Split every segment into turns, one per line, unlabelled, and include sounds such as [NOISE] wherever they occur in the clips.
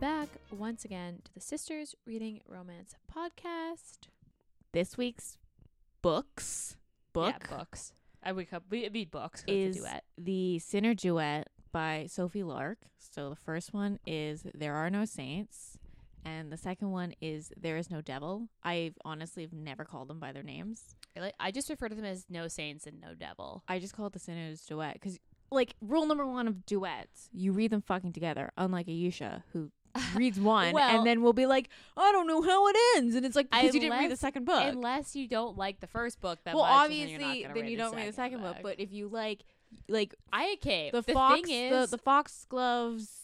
back once again to the Sisters Reading Romance podcast.
This week's books book
Yeah, books. I wake up. We it'd be books. 'cause
is
it's a duet.
the Sinner Duet by Sophie Lark. So the first one is There Are No Saints, and the second one is There Is No Devil. I honestly have never called them by their names.
I like- I just refer to them as no saints and no devil.
I just call it the Sinner's Duet because, like, rule number one of duets, you read them fucking together. Unlike Ayesha,
[LAUGHS]
who reads one
Well-
and then will be like, I don't know how it ends, and it's like because you didn't read the
Unless-
second book.
Unless you don't like the first book, that
well,
much, and then,
obviously,
you're not gonna
then you don't read the second book. But if you like, like
I okay.
the,
The,
fox,
thing is,
the, the foxgloves.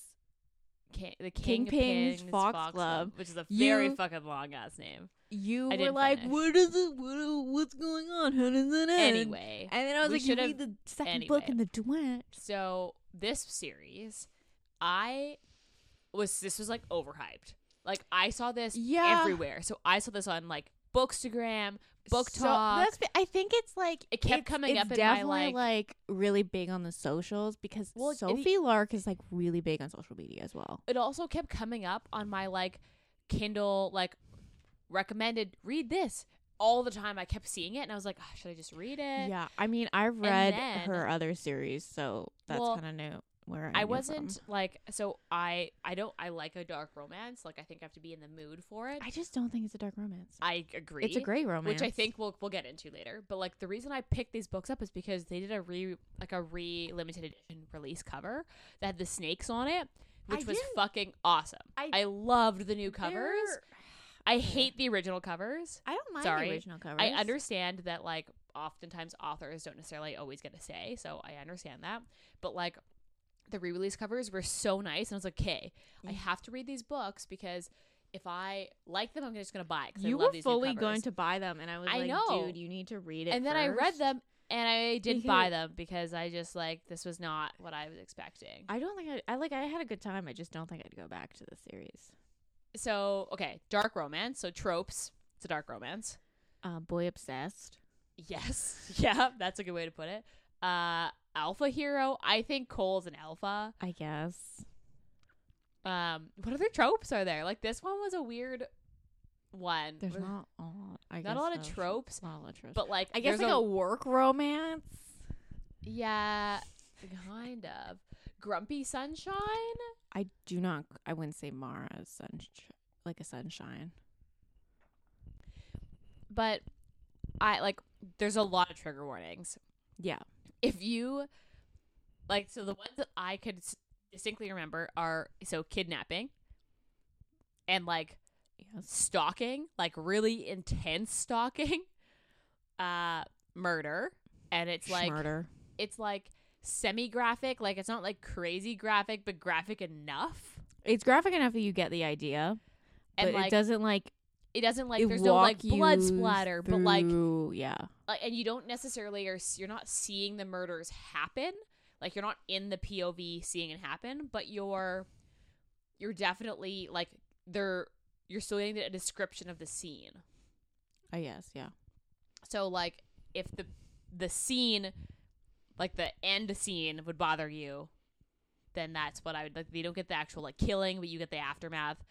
Ki- the King,
Kingpin's
Pins,
Fox
Fox,
Club.
Club, which is a very
You-
fucking long ass name.
You
I
were
didn't
like,
finish.
"What is it? What, what's going on? How does it end?"
Anyway,
and then I was
we
like, "You
should've-
read the second book
anyway.
in the duet."
so this series, I was this was like overhyped. Like I saw this
Yeah.
everywhere. So I saw this on like Bookstagram, Book
So-
Talk.
that's, I think it's like
It kept
it's-
coming
it's
up in my,
definitely
like-
really big on the socials because
Well, and
Sophie Lark is like really big on social media as well.
it also kept coming up on my like Kindle like recommended read this all the time. I kept seeing it and I was like, "Ah, should I just read it?
Yeah, I mean, I've read
then-
her other series, so that's
Well,
kind of new. Where I, um,
I
knew
wasn't
from.
like so I I don't I like a dark romance. Like I think I have to be in the mood for it.
I just don't think it's a dark romance.
I agree.
It's a great romance,
Which I think we'll we'll get into later. But like the reason I picked these books up is because they did a re like a re limited edition release cover that had the snakes on it,
I
which was
didn't-
fucking awesome.
I-
I, loved the new covers.
They're-
I hate the original covers.
I don't mind
Sorry.
the original covers.
I understand that like oftentimes authors don't necessarily always get a say, so I understand that. But like the re-release covers were so nice, and I was like, okay, I
Yeah.
have to read these books because if I like them, I'm just gonna buy. It 'cause I
You
love
were
these new
fully
covers.
going to buy them, and I was
I
like,
know.
"Dude, you need to read it."
and then I read
first."
them, and
[LAUGHS]
I didn't
Because-
buy them because I just like this was not what I was expecting.
I don't think I, I like. I had a good time. I just don't think I'd go back to the series.
So okay, dark romance. So tropes. It's a dark romance.
Uh, boy obsessed.
Yes. [LAUGHS] Yeah, that's a good way to put it. Uh, alpha hero. I think Cole's an alpha.
I guess.
Um, what other tropes are there? Like this one was a weird one.
There's
With-
not a lot. I
not a
guess
lot of
no, sh-
tropes,
Not a lot of tropes.
but like
I guess
there's
like a, work romance.
yeah, kind of grumpy sunshine.
I do not. I wouldn't say Mara's sunshine. Like a sunshine.
But I like there's a lot of trigger warnings.
Yeah.
If you like, so the ones that I could s- distinctly remember are so kidnapping and like
Yes.
stalking, like really intense stalking, uh, murder, and it's like
Smarter.
it's like semi graphic. Like it's not like crazy graphic, but graphic enough.
It's graphic enough that you get the idea, but
And
it
like it,
doesn't like.
doesn't like
it
there's no like
walk you
blood splatter, but like,
through- yeah.
like and you don't necessarily are s- you're not seeing the murders happen. Like you're not in the POV seeing it happen, but you're you're definitely like they're you're still getting a description of the scene.
I guess. Yeah.
So like if the the scene like the end scene would bother you, then that's what I would like you don't get the actual like killing, but you get the aftermath.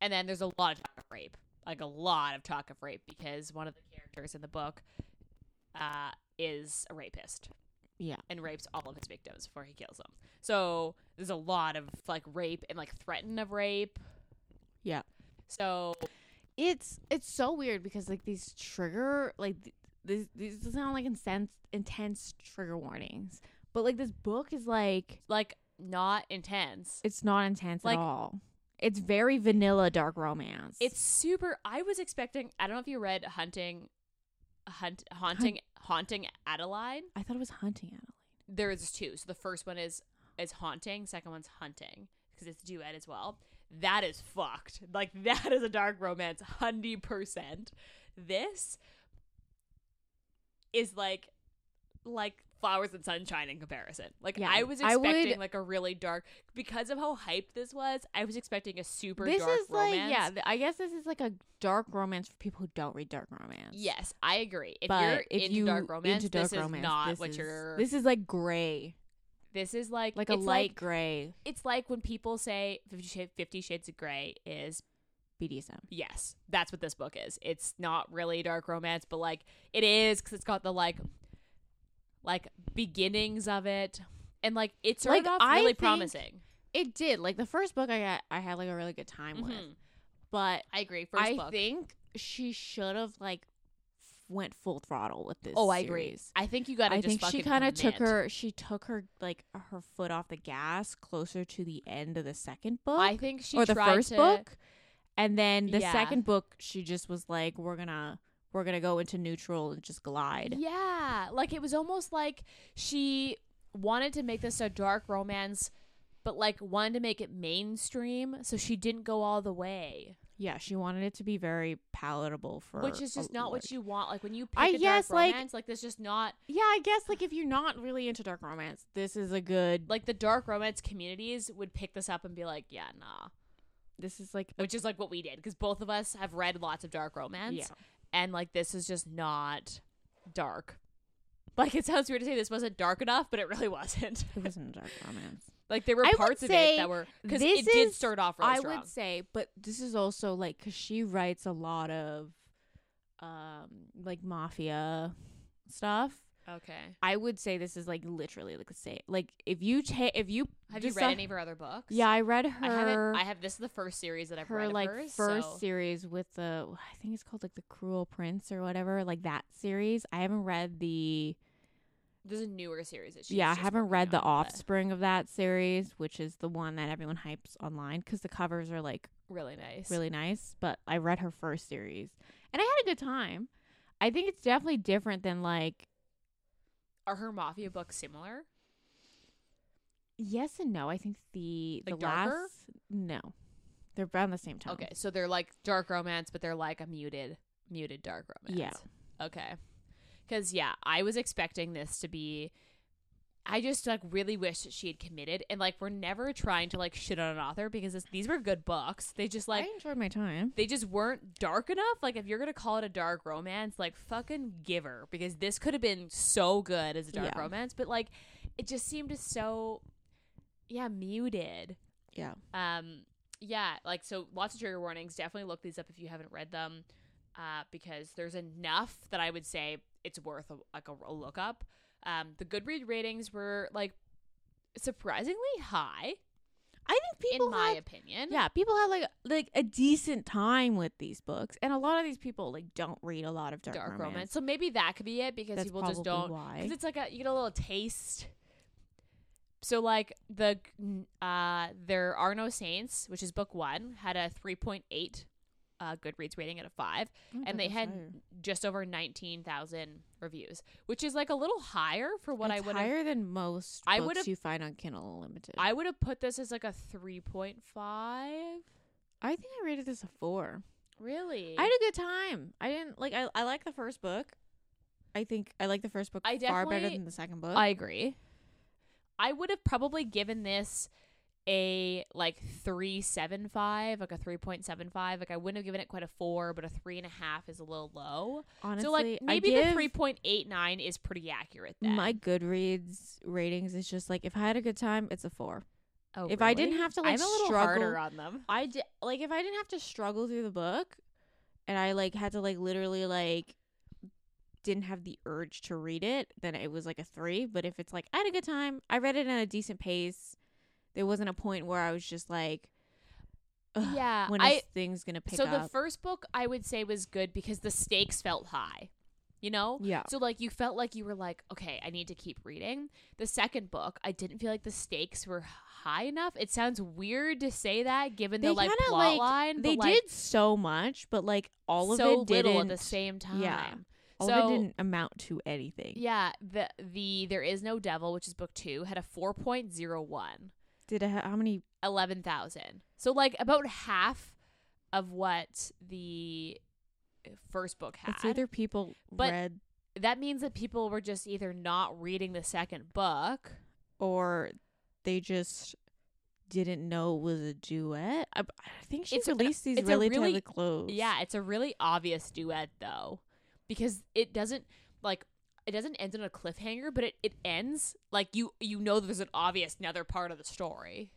And then there's a lot of talk of rape. Like a lot of talk of rape because one of the characters in the book uh is a rapist
Yeah.
and rapes all of his victims before he kills them. So there's a lot of like rape and like threaten of rape.
Yeah.
So
it's it's so weird because like these trigger like th- these these sound like intense intense trigger warnings but like this book is like
like not intense.
it's not intense
Like-
at all it's very vanilla dark romance
It's super. I was expecting. I don't know if you read Hunting, Hunt, Haunting, Haunting Adeline.
i thought it was hunting adelaide
There is two. So the first one is is Haunting. Second one's Hunting because it's duet as well. That is fucked. Like [LAUGHS] that is a dark romance, hundred percent. This is like like flowers and sunshine in comparison. Like
Yeah,
I was
I would-
expecting like a really dark because of how hyped this was. I was expecting a super
this
dark
is
romance.
like yeah th- i guess this is like a dark romance for people who don't read dark romance
Yes, I agree. If
but
you're
if
into
you
dark romance,
into dark
this
romance
is not
this
what
is-
you're.
this is like gray
This is like
like a
it's
light gray
it's like when people say Fifty, Shade, Fifty Shades of Grey is
BDSM.
yes, that's what this book is. It's not really dark romance, but like it is because it's got the like like beginnings of it, and like it started
Like,
off
I
really
think-
promising.
It did. Like the first book I got, I had like a really good time with,
Mhm.
but
I agree. First
I
book.
think she should have like f- went full throttle with this.
oh, I agree.
series.
I think you got to
I
just
think she
fucking
kind of took
commit.
her. She took her like her foot off the gas closer to the end of the second book
I think she
or the
tried
first
to-
book, and then the
Yeah.
second book she just was like, "We're gonna we're gonna go into neutral and just glide."
Yeah, like it was almost like she wanted to make this a dark romance, but like wanted to make it mainstream, so she didn't go all the way,
Yeah, she wanted it to be very palatable for
which is
a
just not
large-
what you want. Like when you pick
I
a
guess,
dark
like-
romance, like, there's just not
Yeah, I guess like if you're not really into dark romance, this is a good.
like the dark romance communities would pick this up and be like, yeah, nah,
This is like
which is like what we did because both of us have read lots of dark romance,
yeah.
and like this is just not dark. Like it sounds weird to say this wasn't dark enough, but it really wasn't.
It wasn't a dark romance.
Like there were
I would
parts of it
say
that were because
this
it did
is-
start off really
I
strong.
would say, but this is also like because she writes a lot of, um, like mafia stuff.
Okay.
I would say this is like literally like the same. Like if you take if you
Have
just
you read
saw-
any of her other books?
Yeah, I read her.
I haven't. I have. This is the first series that I've
her
read.
like
of hers,
first
so-
series with the I think it's called like the Cruel Prince or whatever, like that series. I haven't read the
There's a newer series that she's
yeah, I
just
haven't
working
read the
on, but-
offspring of that series, which is the one that everyone hypes online because the covers are like
Really nice.
really nice. But I read her first series and I had a good time. I think it's definitely different than like
Are her mafia books similar?
yes and no. I think the
Like
the
darker?
last no, they're around the same time.
Okay, so they're like dark romance, but they're like a muted, muted dark romance. Yeah. Okay. Because yeah, I was expecting this to be. I just like really wish that she had committed, and like we're never trying to like shit on an author because this, these were good books. They just like
I enjoyed my time.
they just weren't dark enough. Like if you're gonna call it a dark romance, like fucking give her because this could have been so good as a dark
Yeah.
romance, but like it just seemed so yeah muted.
Yeah.
Um, yeah, like so lots of trigger warnings. Definitely look these up if you haven't read them, uh, because there's enough that I would say it's worth a, like a, a look up. Um, the Goodread ratings were like surprisingly high
I think people
in my
had
opinion.
Yeah, people had like like a decent time with these books, and a lot of these people like don't read a lot of dark,
dark, romance.
romance.
So maybe that could be it because
That's
people
probably
just don't
why.
because it's like a you get a little taste. So like the uh there are no saints, which is book one, had a three point eight uh Goodreads rating out of five, and they had just over nineteen thousand reviews, which is like a little higher for what I would have.
higher than most
I
I books
would've-
you find on Kindle Unlimited. I,
I would have put this as like a three point five.
think I rated this a four.
Really,
I had a good time. I didn't like. I I like the first book. I think I like the first book
I
far better
definitely-
than the second book.
I agree. I would have probably given this a like three seven five, like a three point seven five. Like I wouldn't have given it quite a four, but a three and a half is a little low.
Honestly,
so like
I
maybe the
give
three point eight nine is pretty accurate. Then.
My Goodreads ratings is just like if I had a good time, it's a four.
oh,
if I didn't
really?
have to, like,
I'm a little harder
struggle-
on them.
I did like if I didn't have to struggle through the book, and I like had to like literally like didn't have the urge to read it, then it was like a three. But if it's like I had a good time, I read it at a decent pace. There wasn't a point where I was just like, [LAUGHS] Ugh,
yeah,
when is
I
things gonna pick
so
up?
the first book I would say was good because the stakes felt high. You know,
yeah,
So like you felt like you were like, okay, I need to keep reading. The second book, I didn't feel like the stakes were high enough. It sounds weird to say that given the
They
like
kinda,
plot
like-
line.
they
but, like,
did so much, but like all of
so
it
little at
didn't.
the same time.
yeah. all
so
of it didn't amount to anything.
yeah, the the there is no devil, which is book two, had a four point zero one.
Did I ha- how many?
eleven thousand. So like about half of what the first book had.
It's either people
But-
read
that means that people were just either not reading the second book.
or they just didn't know it was a duet. I, I think she
It's a-
released these
it's a
relatively
really-
close.
Yeah, it's a really obvious duet though, because it doesn't like it doesn't end on a cliffhanger, but it, it ends like you you know there's an obvious another part of the story.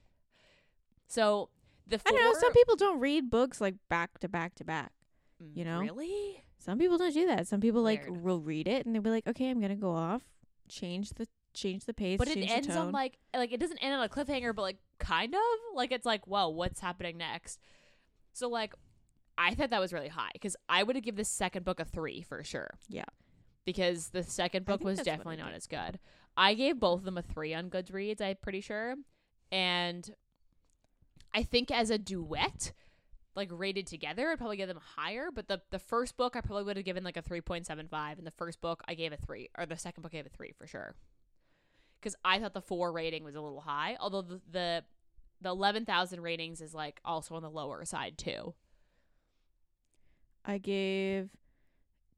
So the
I
four,
don't know. Some people don't read books like back to back to back.
Mm,
you know?
really
Some people don't do that. Some people like
Weird.
will read it and they'll be like, okay, I'm gonna go off, change the change the pace,
but it
change
ends
the tone.
on like like it doesn't end on a cliffhanger but like kind of like it's like whoa what's happening next so like i thought that was really high because i would have give this second book a three for sure
Yeah.
because the second
I
book
think
was
that's what I
definitely not
did.
as good i gave both of them a three on goodreads i'm pretty sure and i think as a duet like rated together i'd probably give them higher but the the first book i probably would have given like a 3.75 and the first book i gave a three or the second book i gave a three for sure because I thought the four rating was a little high. Although the the, the eleven thousand ratings is like also on the lower side too.
I gave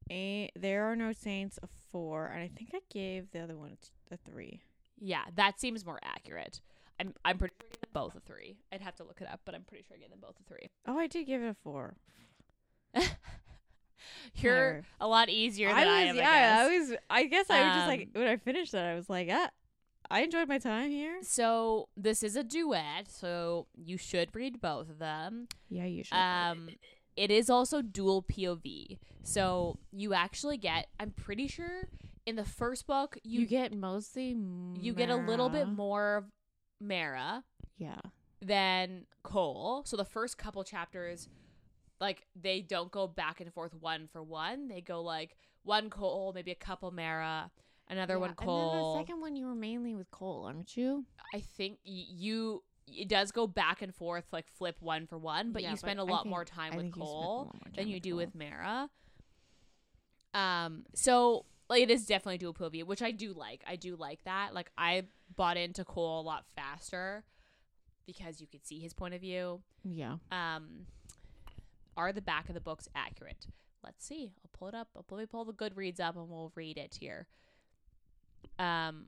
a There Are No Saints a four, and I think I gave the other one a t- a three.
Yeah, that seems more accurate. I'm I'm pretty sure I gave them both a three. I'd have to look it up, but I'm pretty sure I gave them both a three.
Oh, I did give it a four.
You're
Whatever.
a lot easier than I,
was,
am. I
yeah,
guess.
was. I guess I was just
Um,
like when I finished that, I was like, ah, I enjoyed my time here.
So this is a duet, so you should read both of them.
Yeah, you should.
Um, it is also dual POV, so you actually get. I'm pretty sure in the first book
you, get mostly
you get a little bit
Mara.
more of Mara
Yeah,
than Cole. So the first couple chapters, like they don't go back and forth one for one. They go like one Cole, maybe a couple Mara, another
Yeah,
one
and then
Cole.
the second one, you were mainly with Cole, aren't you?
I think y- you it does go back and forth, like flip one for one, but
Yeah,
you
but
spend a
I
lot
think-
more time
I
with
think you spent a
Cole
lot more
than
time
you do
Cole.
with Mara. Um, so like it is definitely dual POV, which I do like. I do like that. Like I bought into Cole a lot faster because you could see his point of view.
Yeah.
Um, are the back of the books accurate? Let's see. I'll pull it up. I'll probably pull the Goodreads up and we'll read it here. Um,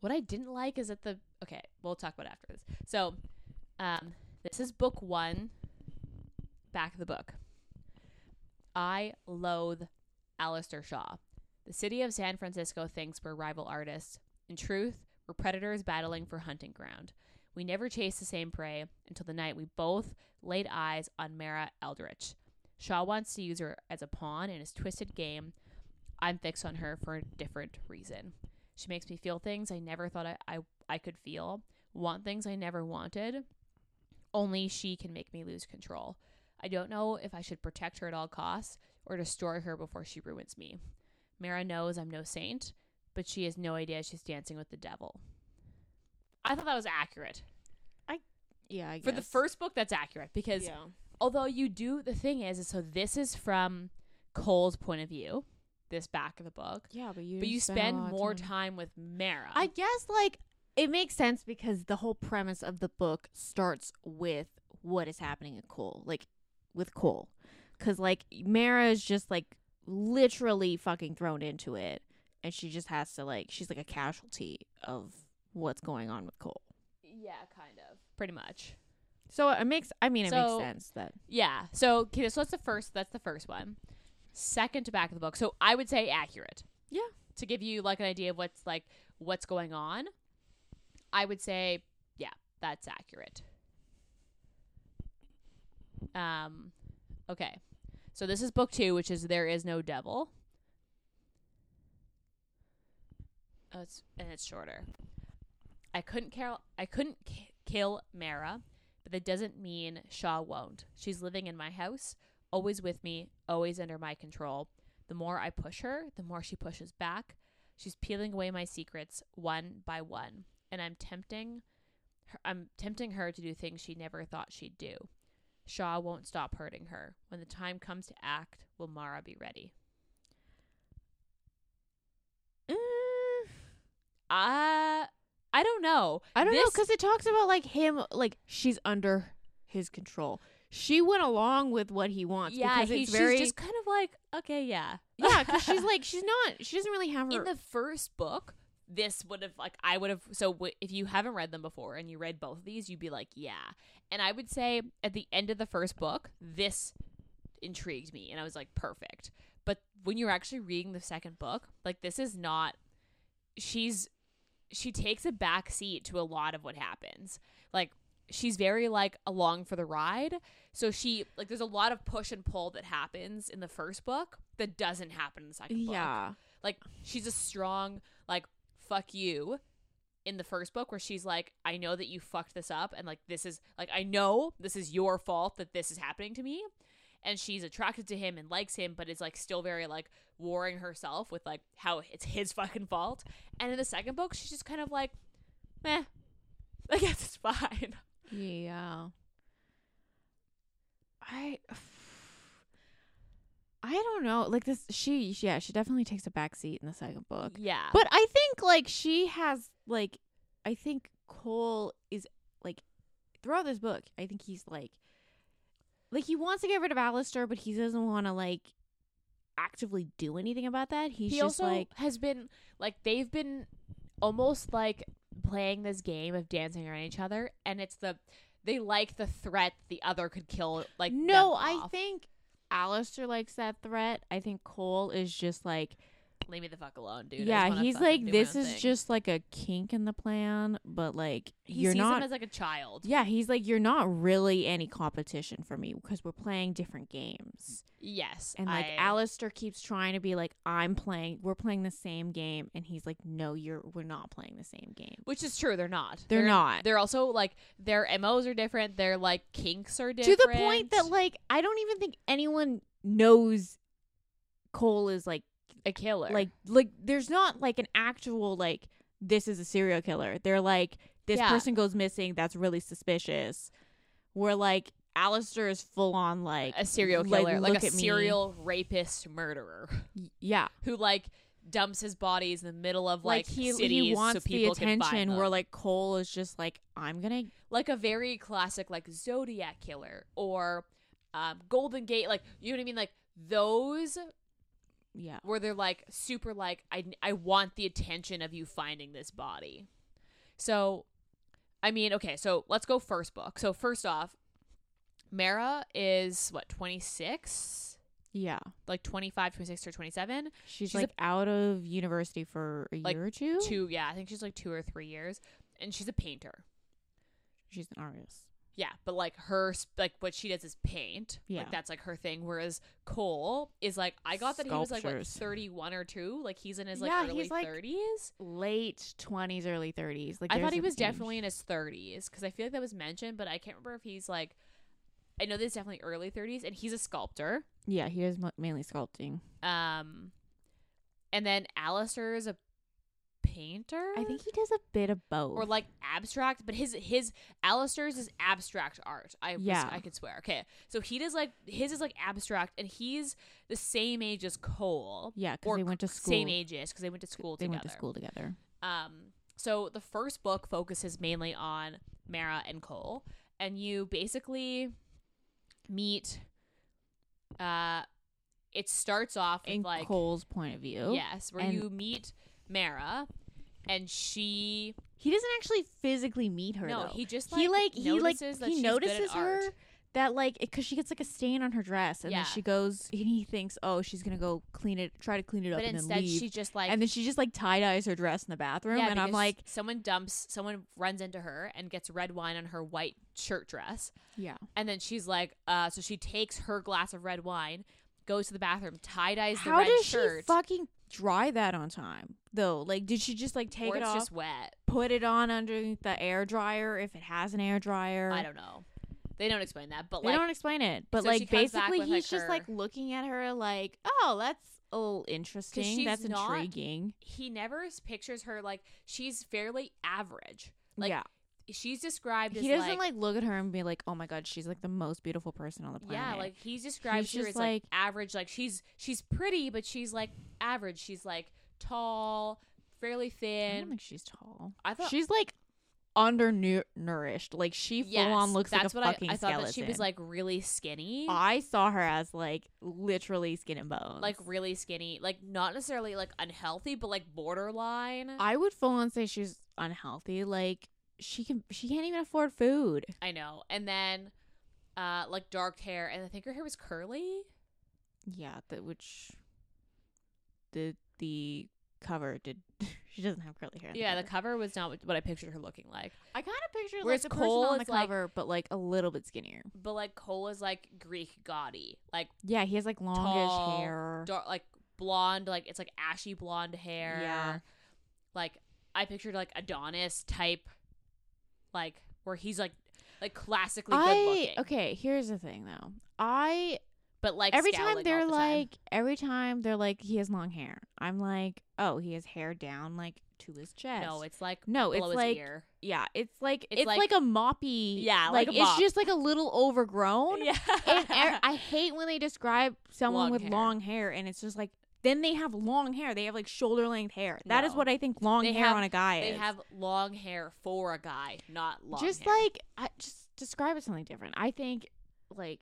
what I didn't like is that the okay. We'll talk about it after this. So, um, this is book one. Back of the book. I loathe Alistair Shaw. The city of San Francisco thinks we're rival artists. In truth, we're predators battling for hunting ground. We never chased the same prey until the night we both laid eyes on Mara Eldritch. Shaw wants to use her as a pawn in his twisted game. I'm fixed on her for a different reason. She makes me feel things I never thought I, I, I could feel, want things I never wanted. Only she can make me lose control. I don't know if I should protect her at all costs or destroy her before she ruins me. Mara knows I'm no saint, but she has no idea she's dancing with the devil. I thought that was accurate.
Yeah, I
For the first book, that's accurate because
yeah.
although you do, the thing is, is so this is from Cole's point of view, this back of the book,
yeah, but you
but you spend more time. with Mara.
I guess like it makes sense because the whole premise of the book starts with what is happening at Cole, like with Cole, because like Mara is just like literally fucking thrown into it, and she just has to like she's like a casualty of what's going on with Cole.
yeah, kind of, pretty much.
So uh, it makes I mean it
So-
makes sense that
Yeah. So okay, this what's the first? That's the first one. Second to back of the book. So I would say accurate.
Yeah.
To give you like an idea of what's like what's going on, I would say yeah, that's accurate. Um, okay. So this is book two, which is there is no devil. Oh, it's and it's shorter. I couldn't kill. I couldn't ki- kill Mara, but that doesn't mean Shaw won't. She's living in my house, always with me, always under my control. The more I push her, the more she pushes back. She's peeling away my secrets one by one, and I'm tempting. Her, I'm tempting her to do things she never thought she'd do. Shaw won't stop hurting her. When the time comes to act, will Mara be ready? Uh, Mm, I don't know.
I don't know, 'cause
This-
it talks about like him, like she's under his control. She went along with what he wants.
yeah,
because
he,
it's very
she's just kind of like, okay, yeah,
[LAUGHS] yeah, because
[LAUGHS]
she's like she's not. She doesn't really have her.
in the first book this would have like i would have so w- if you haven't read them before and you read both of these you'd be like yeah and i would say at the end of the first book this intrigued me and i was like perfect But when you're actually reading the second book, like this is not she's she takes a back seat to a lot of what happens. Like she's very like along for the ride. So she like there's a lot of push and pull that happens in the first book that doesn't happen in the second book.
Yeah.
Like she's a strong like fuck you in the first book where she's like I know that you fucked this up and like this is like I know this is your fault that this is happening to me and she's attracted to him and likes him but is like still very like warring herself with like how it's his fucking fault. And in the second book she's just kind of like meh. [LAUGHS] I guess it's fine.
Yeah. I [SIGHS] I don't know. Like this she yeah, she definitely takes a back seat in the second book.
Yeah.
But I think like she has like I think Cole is like throughout this book, I think he's like like he wants to get rid of Alistair, but he doesn't want to like actively do anything about that. He's
he
just
also
like
has been like they've been almost like playing this game of dancing around each other, and it's the they like the threat the other could kill. Like
No,
them
I
off.
think Alistair likes that threat. I think Cole is just like
leave me the fuck alone, dude. I just
yeah,
wanna
he's
fucking
like
do my
this
own
is
thing."
just like a kink in the plan, but like
he
you're
sees
not.
him as like a child.
yeah, he's like you're not really any competition for me because we're playing different games,
Yes,
and like
I-
Alistair keeps trying to be like I'm playing, we're playing the same game, and he's like no, you're we're not playing the same game.
Which is true. They're not.
They're not.
They're also like their MOs are different. Their like kinks
To
are different.
the point that like I don't even think anyone knows Cole is like
a killer.
like like there's not like an actual like this is a serial killer they're like this
Yeah.
person goes missing that's really suspicious where like Alistair is full on like
a serial killer, like,
look
a
at me.
serial rapist murderer.
Y- yeah
who like dumps his bodies in the middle of
like,
like,
he
cities
he wants
so
the
people can find
attention
them.
where like Cole is just like I'm gonna
like a very classic like Zodiac killer or um, Golden Gate like you know what I mean like those
yeah
where they're like super like I I want the attention of you finding this body. So I mean okay so let's go first book. So first off Mara is what 26
yeah
like 25 26 or 27
she's,
She's
like out of university for a
Like,
year or two
two yeah I think she's like 2 or 3 years and she's a painter.
she's an artist
Yeah, but like her, sp- like what she does is paint.
Yeah.
Like that's like her thing. Whereas Cole is like, I got that he was like what,
Sculptures.
31 or 2. Like he's in his like
Yeah,
early
he's, like,
30s.
late 20s early 30s like
I
there's
thought he
a
was
age.
definitely in his 30s because I feel like that was mentioned, but I can't remember if he's like, I know this is definitely early 30s and he's a sculptor.
yeah he does mo- mainly sculpting
Um, and then Alistair is a painter.
I think he does a bit of both
or like abstract, but his his Alistair's is abstract art. I was-
Yeah.
I could swear. Okay, so he does like his is like abstract, and he's the same age as Cole.
Yeah, because
or
they went to school.
Same ages because they went to school
They
together.
went to school together.
Um, so the first book focuses mainly on Mara and Cole, and you basically meet. Uh, it starts off with
In
like
Cole's point of view,
yes, where
and-
you meet Mara, and she
he doesn't actually physically meet her.
no,
though.
he just like,
he like he like
notices that
he
she's good
notices
at
her
art.
that like because she gets like a stain on her dress, and
Yeah.
then she goes and he thinks, oh, she's gonna go clean it, try to clean it up,
but
and
instead
then leave.
she just like
and then she just like tie dyes her dress in the bathroom,
yeah,
and I'm
because
like,
someone dumps, someone runs into her and gets red wine on her white shirt dress,
yeah,
and then she's like, uh, so she takes her glass of red wine, goes to the bathroom, tie dyes the
how
red
does
shirt,
she fucking dry that on time though? Like, did she just like take
or
it
it's
off,
just wet.
put it on underneath the air dryer if it has an air dryer?
I don't know. They don't explain that, but
They
like
don't explain it, but
So she
like
comes back
basically
with,
he's
like,
just
her-
like looking at her like, oh, that's oh interesting,
she's
that's
not-
intriguing.
he never s- pictures her like she's fairly average. Like
yeah,
she's described
he
as
doesn't like, look at her and be like, oh my god, she's like the most beautiful person on the planet.
Yeah, like he describes her
just,
as like,
like-
average. Like she's she's pretty, but she's like average. She's like tall, fairly
I don't
thin.
think she's tall.
I thought
she's like undernourished. Like she full on
yes,
looks
that's
like a
what
fucking
I, I thought
skeleton.
that she was like really skinny,
I saw her as like literally skin and bones.
like really skinny, like not necessarily like unhealthy, but like borderline. I,
I would full on say she's unhealthy. Like she can, she can't even afford food.
know. And then, uh, like dark hair, and I think her hair was curly.
Yeah, that which the the cover did. [LAUGHS] she doesn't have curly hair. in
Yeah, the
cover.
cover was not what- what I pictured her looking like.
I kind of picture like
Whereas
the
Cole
person on the
is, like-
cover, but like a little bit skinnier.
But like Cole is like Greek gaudy, like
Yeah, he has like longish
Tall,
hair.
dark, like blonde, like it's like ashy blonde hair.
Yeah.
Like I pictured like Adonis type, like where he's like like classically good
I
looking,
okay. Here's the thing though. I
but like
every
scowling
time
all
they're
the time.
like every time they're like he has long hair. I'm like oh he has hair down like to his chest.
no, it's like
no, it's
below his
like
ear.
yeah, it's like
It's
it's,
like-
like, a moppy.
Yeah, like a
it's
mop.
just like a little
[LAUGHS]
overgrown.
Yeah,
and
[LAUGHS]
er- I hate when they describe someone
Long
with
hair.
long hair, and it's just like then they have long hair. They have like shoulder length hair. That is
No.
what I think long
They
hair
have-
on a guy
they
is.
have long hair for a guy, not long.
just
hair.
like I, just describe it something different. I think like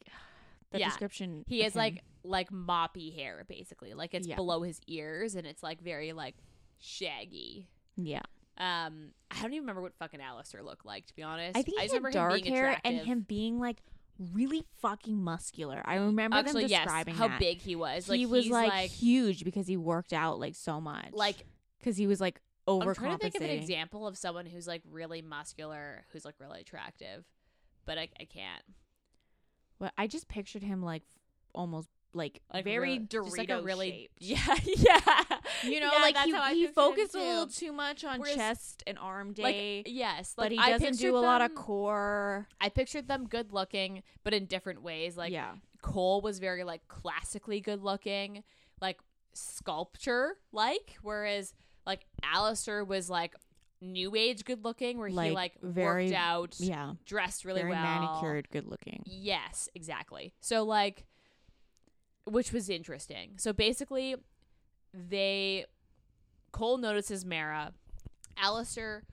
the
Yeah.
description.
he
of
has
him-
like like moppy hair basically, like it's
Yeah.
below his ears and it's like very like shaggy.
yeah.
Um, I don't even remember what fucking Alistair looked like, to be honest.
I think he
just
had
remember
dark
him being
hair
attractive.
and him being like really fucking muscular. I remember
Actually,
them describing
yes, how
that.
big he was. Like
he was
he's
like,
like, like,
huge because he worked out like so much. because he was like
I'm
overcompensating.
trying to think of an example of someone who's like really muscular, who's like really attractive, but I, I can't.
But I just pictured him like f- almost like,
Like
very
real-
Dorito
just, like a really
shaped.
[LAUGHS] yeah, yeah.
You know,
Yeah,
like
that's
he,
how I
he
pictured him,
focused a little
too.
too much on
Whereas-
chest and arm
Like
day,
yes,
but
like
he
I
doesn't
pictured
do a lot of
them-
core.
I pictured them good looking, but in different ways. Like
yeah,
Cole was very like classically good looking, like sculpture like, whereas like Alistair was like new age good looking where he
Like,
like
very-
worked out,
yeah,
dressed really
very
well.
manicured, good looking.
Yes, exactly. So like which was interesting. So basically they Cole notices Mara. Alistair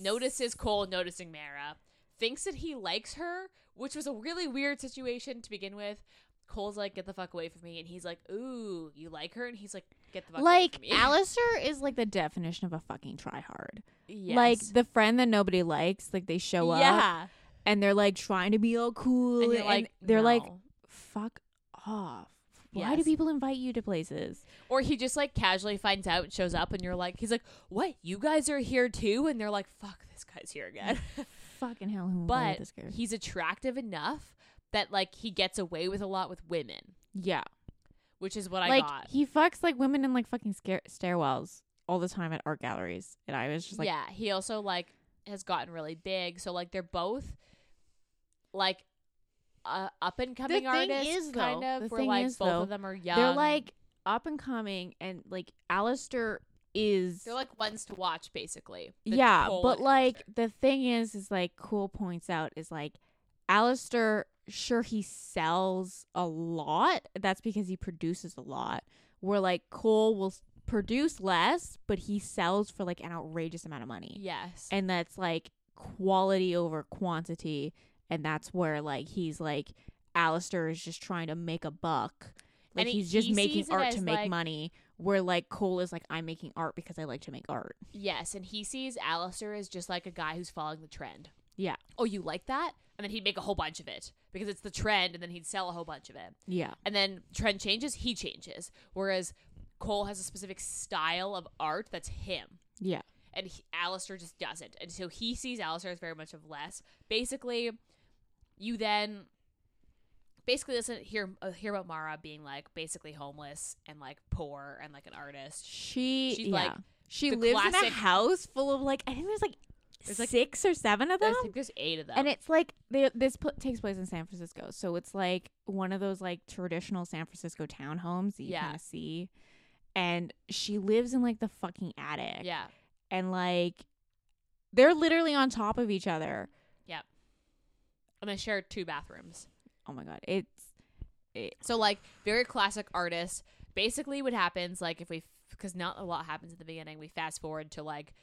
notices Cole noticing Mara, thinks that he likes her, which was a really weird situation to begin with. Cole's like, get the fuck away from me, and he's like, ooh, you like her, and he's like, get the fuck
Like
away from me. [LAUGHS]
Alistair is like the definition of a fucking tryhard.
yes.
Like the friend that nobody likes, like they show up
yeah,
and they're like trying to be all cool,
and
and,
you're like,
they're like,
"No."
"Fuck off." Why do
Yes.
people invite you to places?
Or he just like casually finds out, shows up, and you're like, he's like, "What? You guys are here too?" And they're like, "Fuck, this guy's
[LAUGHS]
here again."
Fucking hell, who invited
but
this girl?
he's attractive enough that like he gets away with a lot with women,
Yeah,
which is what I
like
got.
he fucks like women in like fucking scare- stairwells all the time at art galleries, and I was just like,
yeah, he also like has gotten really big, so like they're both like uh, up and coming
thing
artists,
is, though-
kind of.
the
where
thing
like
is,
both
though,
of them are young.
they're like up and coming, and like Alistair is
they're like ones to watch, basically. The
yeah,
Cole
but
and
like
Alistair.
the thing is, is like Cool points out is like Alistair. Sure, he sells a lot. That's because he produces a lot. Where like Cole will s- produce less, but he sells for like an outrageous amount of money.
yes,
and that's like quality over quantity and that's where like he's like Alistair is just trying to make a buck like
And he-
he's just
he sees
making
it
art
as,
to make
like-
money where like Cole is like I'm making art because I like to make art
Yes, and he sees Alistair as just like a guy who's following the trend.
Yeah.
Oh, you like that? And then he'd make a whole bunch of it because it's the trend, and then he'd sell a whole bunch of it.
yeah
And then trend changes, he changes. Whereas Cole has a specific style of art that's him,
yeah
and he, Alistair just doesn't. And so he sees Alistair as very much of less. Basically, you then basically listen hear uh, hear about Mara being like basically homeless and like poor and like an artist.
she
She's,
yeah.
like,
she
the
lives in
classic-
a house full of like I think there's like
There's, like-
six or seven of them
I think there's eight of them.
And it's like they, this pl- takes place in San Francisco, so it's like one of those like traditional San Francisco townhomes that you
Yeah.
kind of see. And she lives in like the fucking attic,
yeah.
and like they're literally on top of each other.
And they share two bathrooms.
Oh my god, it's
So like very classic artist. Basically, what happens like if we because not a lot happens at the beginning. We fast forward to like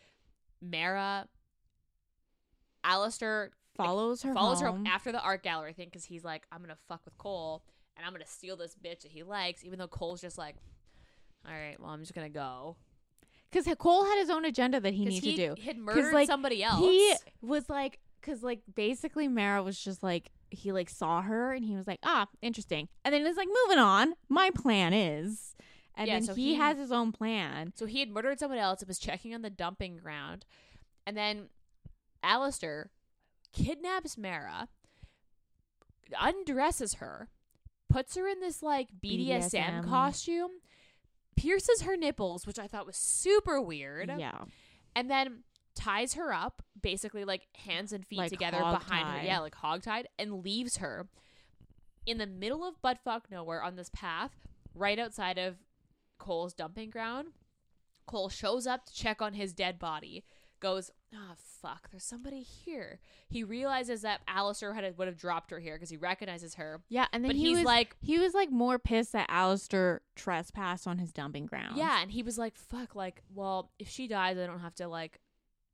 Mara, Alistair
follows her
follows
home.
her after the art gallery thing because he's like, I'm gonna fuck with Cole and I'm gonna steal this bitch that he likes, even though Cole's just like, all right, well I'm just gonna go
because Cole had his own agenda that he
'Cause
needed to do.
He had murdered
like,
somebody else.
He was like, because like basically Mara was just like he like saw her and he was like, ah, interesting, and then he was like, moving on. My plan is, and
Yeah,
then
so
he,
he-
has his own plan.
So he had murdered someone else and was checking on the dumping ground. And then Alistair kidnaps Mara, undresses her, puts her in this like BDSM,
BDSM.
costume, pierces her nipples, which I thought was super weird.
Yeah,
And then ties her up, basically like hands and feet
Like
together
hog
behind
tie.
her. Yeah, like hogtied, and leaves her in the middle of buttfuck nowhere on this path, right outside of Cole's dumping ground. Cole shows up to check on his dead body, goes, ah, fuck, there's somebody here. He realizes that Alistair had would have dropped her here because he recognizes her.
yeah, and then
but
he
he's
was like,
like,
he was like more pissed that Alistair trespassed on his dumping ground.
yeah, and he was like, fuck, like, well, if she dies, I don't have to, like,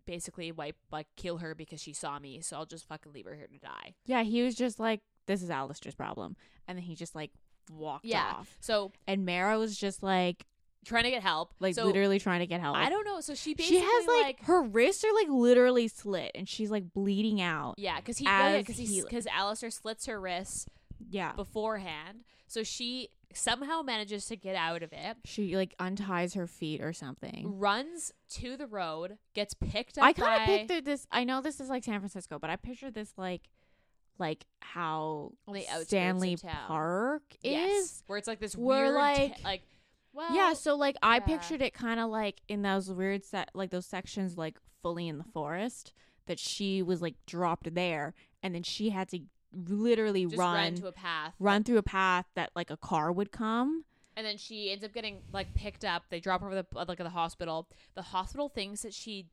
basically wipe, like, kill her because she saw me, so I'll just fucking leave her here to die.
yeah, he was just like, this is Alistair's problem, and then he just like walked
Yeah.
off,
So,
and Mara was just like,
trying to get help.
like
so,
literally trying to get help.
I don't know. So she basically,
She has like,
like,
her wrists are like literally slit, and she's like bleeding out.
yeah, because he, yeah,
as
because
healing.
because Alistair slits her wrists
Yeah,
beforehand, so she somehow manages to get out of it.
she like unties her feet or something.
runs to the road, gets picked up.
I kind
by-
of pictured this. I know this is like San Francisco, but I picture this like, like how
On the outskirts of
Stanley
town.
Park is.
yes, where it's like this
We're
weird,
like-
ta- like, well,
yeah, so like I
yeah.
pictured it kind of like in those weird set, like those sections, like fully in the forest. That she was like dropped there, and then she had to literally
just
run,
run, to a path,
run through a path that like a car would come.
and then she ends up getting like picked up. They drop her over the like at the hospital. The hospital thinks that she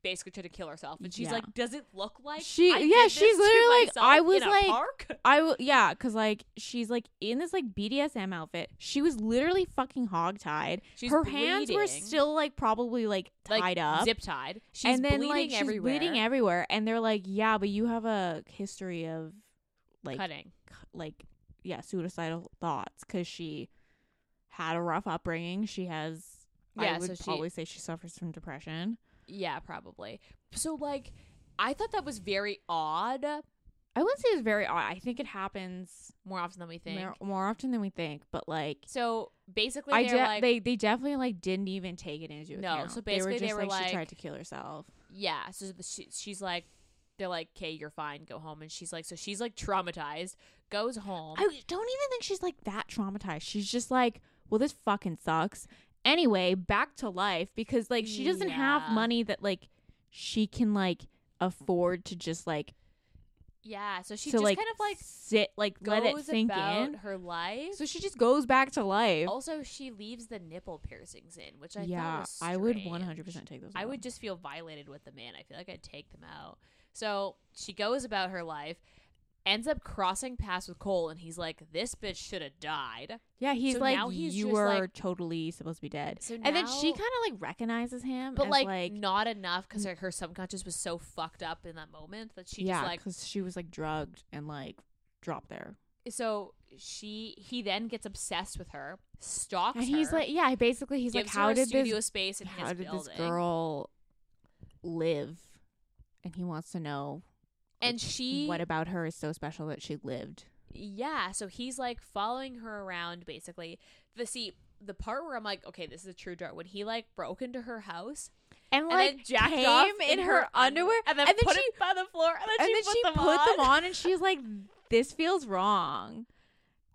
basically tried to kill herself, and she's
Yeah.
like, "Does it look like
She-
I
yeah,
did
she's
this to
literally like,
myself
I
in
was
a
like-
park? [LAUGHS]
I w- yeah, cause like she's like in this like BDSM outfit. She was literally fucking hogtied.
She's
Her hands were
bleeding.
still like probably like tied
like
up,
zip tied. She's
and then
bleeding
like she's
everywhere,
bleeding everywhere. And they're like, yeah, but you have a history of like
cutting.
c- like yeah suicidal thoughts because she had a rough upbringing. She has
Yeah,
I would
so she-
probably say she suffers from depression.
Yeah, probably. So like, I thought that was very odd.
I wouldn't say it's very odd. I think it happens
More often than we think.
more, more often than we think, but like
So basically,
I
they're
de-
like,
they they definitely like didn't even take it into
No,
account.
so
they
basically
were
they
just
were
like, she tried
like-
to kill herself.
yeah. So the, she, she's like, they're like, "Okay, you're fine. Go home." And she's like, so she's like traumatized, goes home.
I don't even think she's like that traumatized. She's just like, well, this fucking sucks. Anyway, back to life because like she doesn't have
Yeah.
money that like she can like afford to just like
yeah. So she
to
just
like,
kind of like
sit like let it
goes
sink
about
in.
her life.
So she just goes back to life.
also, she leaves the nipple piercings in, which I thought
yeah,
was
I would
strange.
one hundred percent take those.
I
out.
would just feel violated with the man. I feel like I'd take them out. So she goes about her life, ends up crossing paths with Cole, and he's like, "This bitch should have died."
Yeah, he's
So
like
now he's
you
just,
were
like-
totally supposed to be dead.
So
and then she kind
now-
of like recognizes him,
but
Um, as,
like,
like mm
not enough because like, her subconscious was so fucked up in that moment that she
yeah,
just like
because she was like drugged and like dropped there.
so she he then gets obsessed with her stalks
And he's
her,
like, yeah, basically, he's
gives
like,
her
how
a
did
studio
this,
space in
how
his
did
building
this girl live? And he wants to know
and she
what about her is so special that she lived.
yeah so he's like following her around basically the see the part where I'm like okay this is a true dark when he like broke into her house
And
and
like
then jacked
came
off
in, her underwear,
and then,
and then
put
she
it by the floor and
and
then she
then
put,
she
them,
put
on.
them on, and she's like, this feels wrong.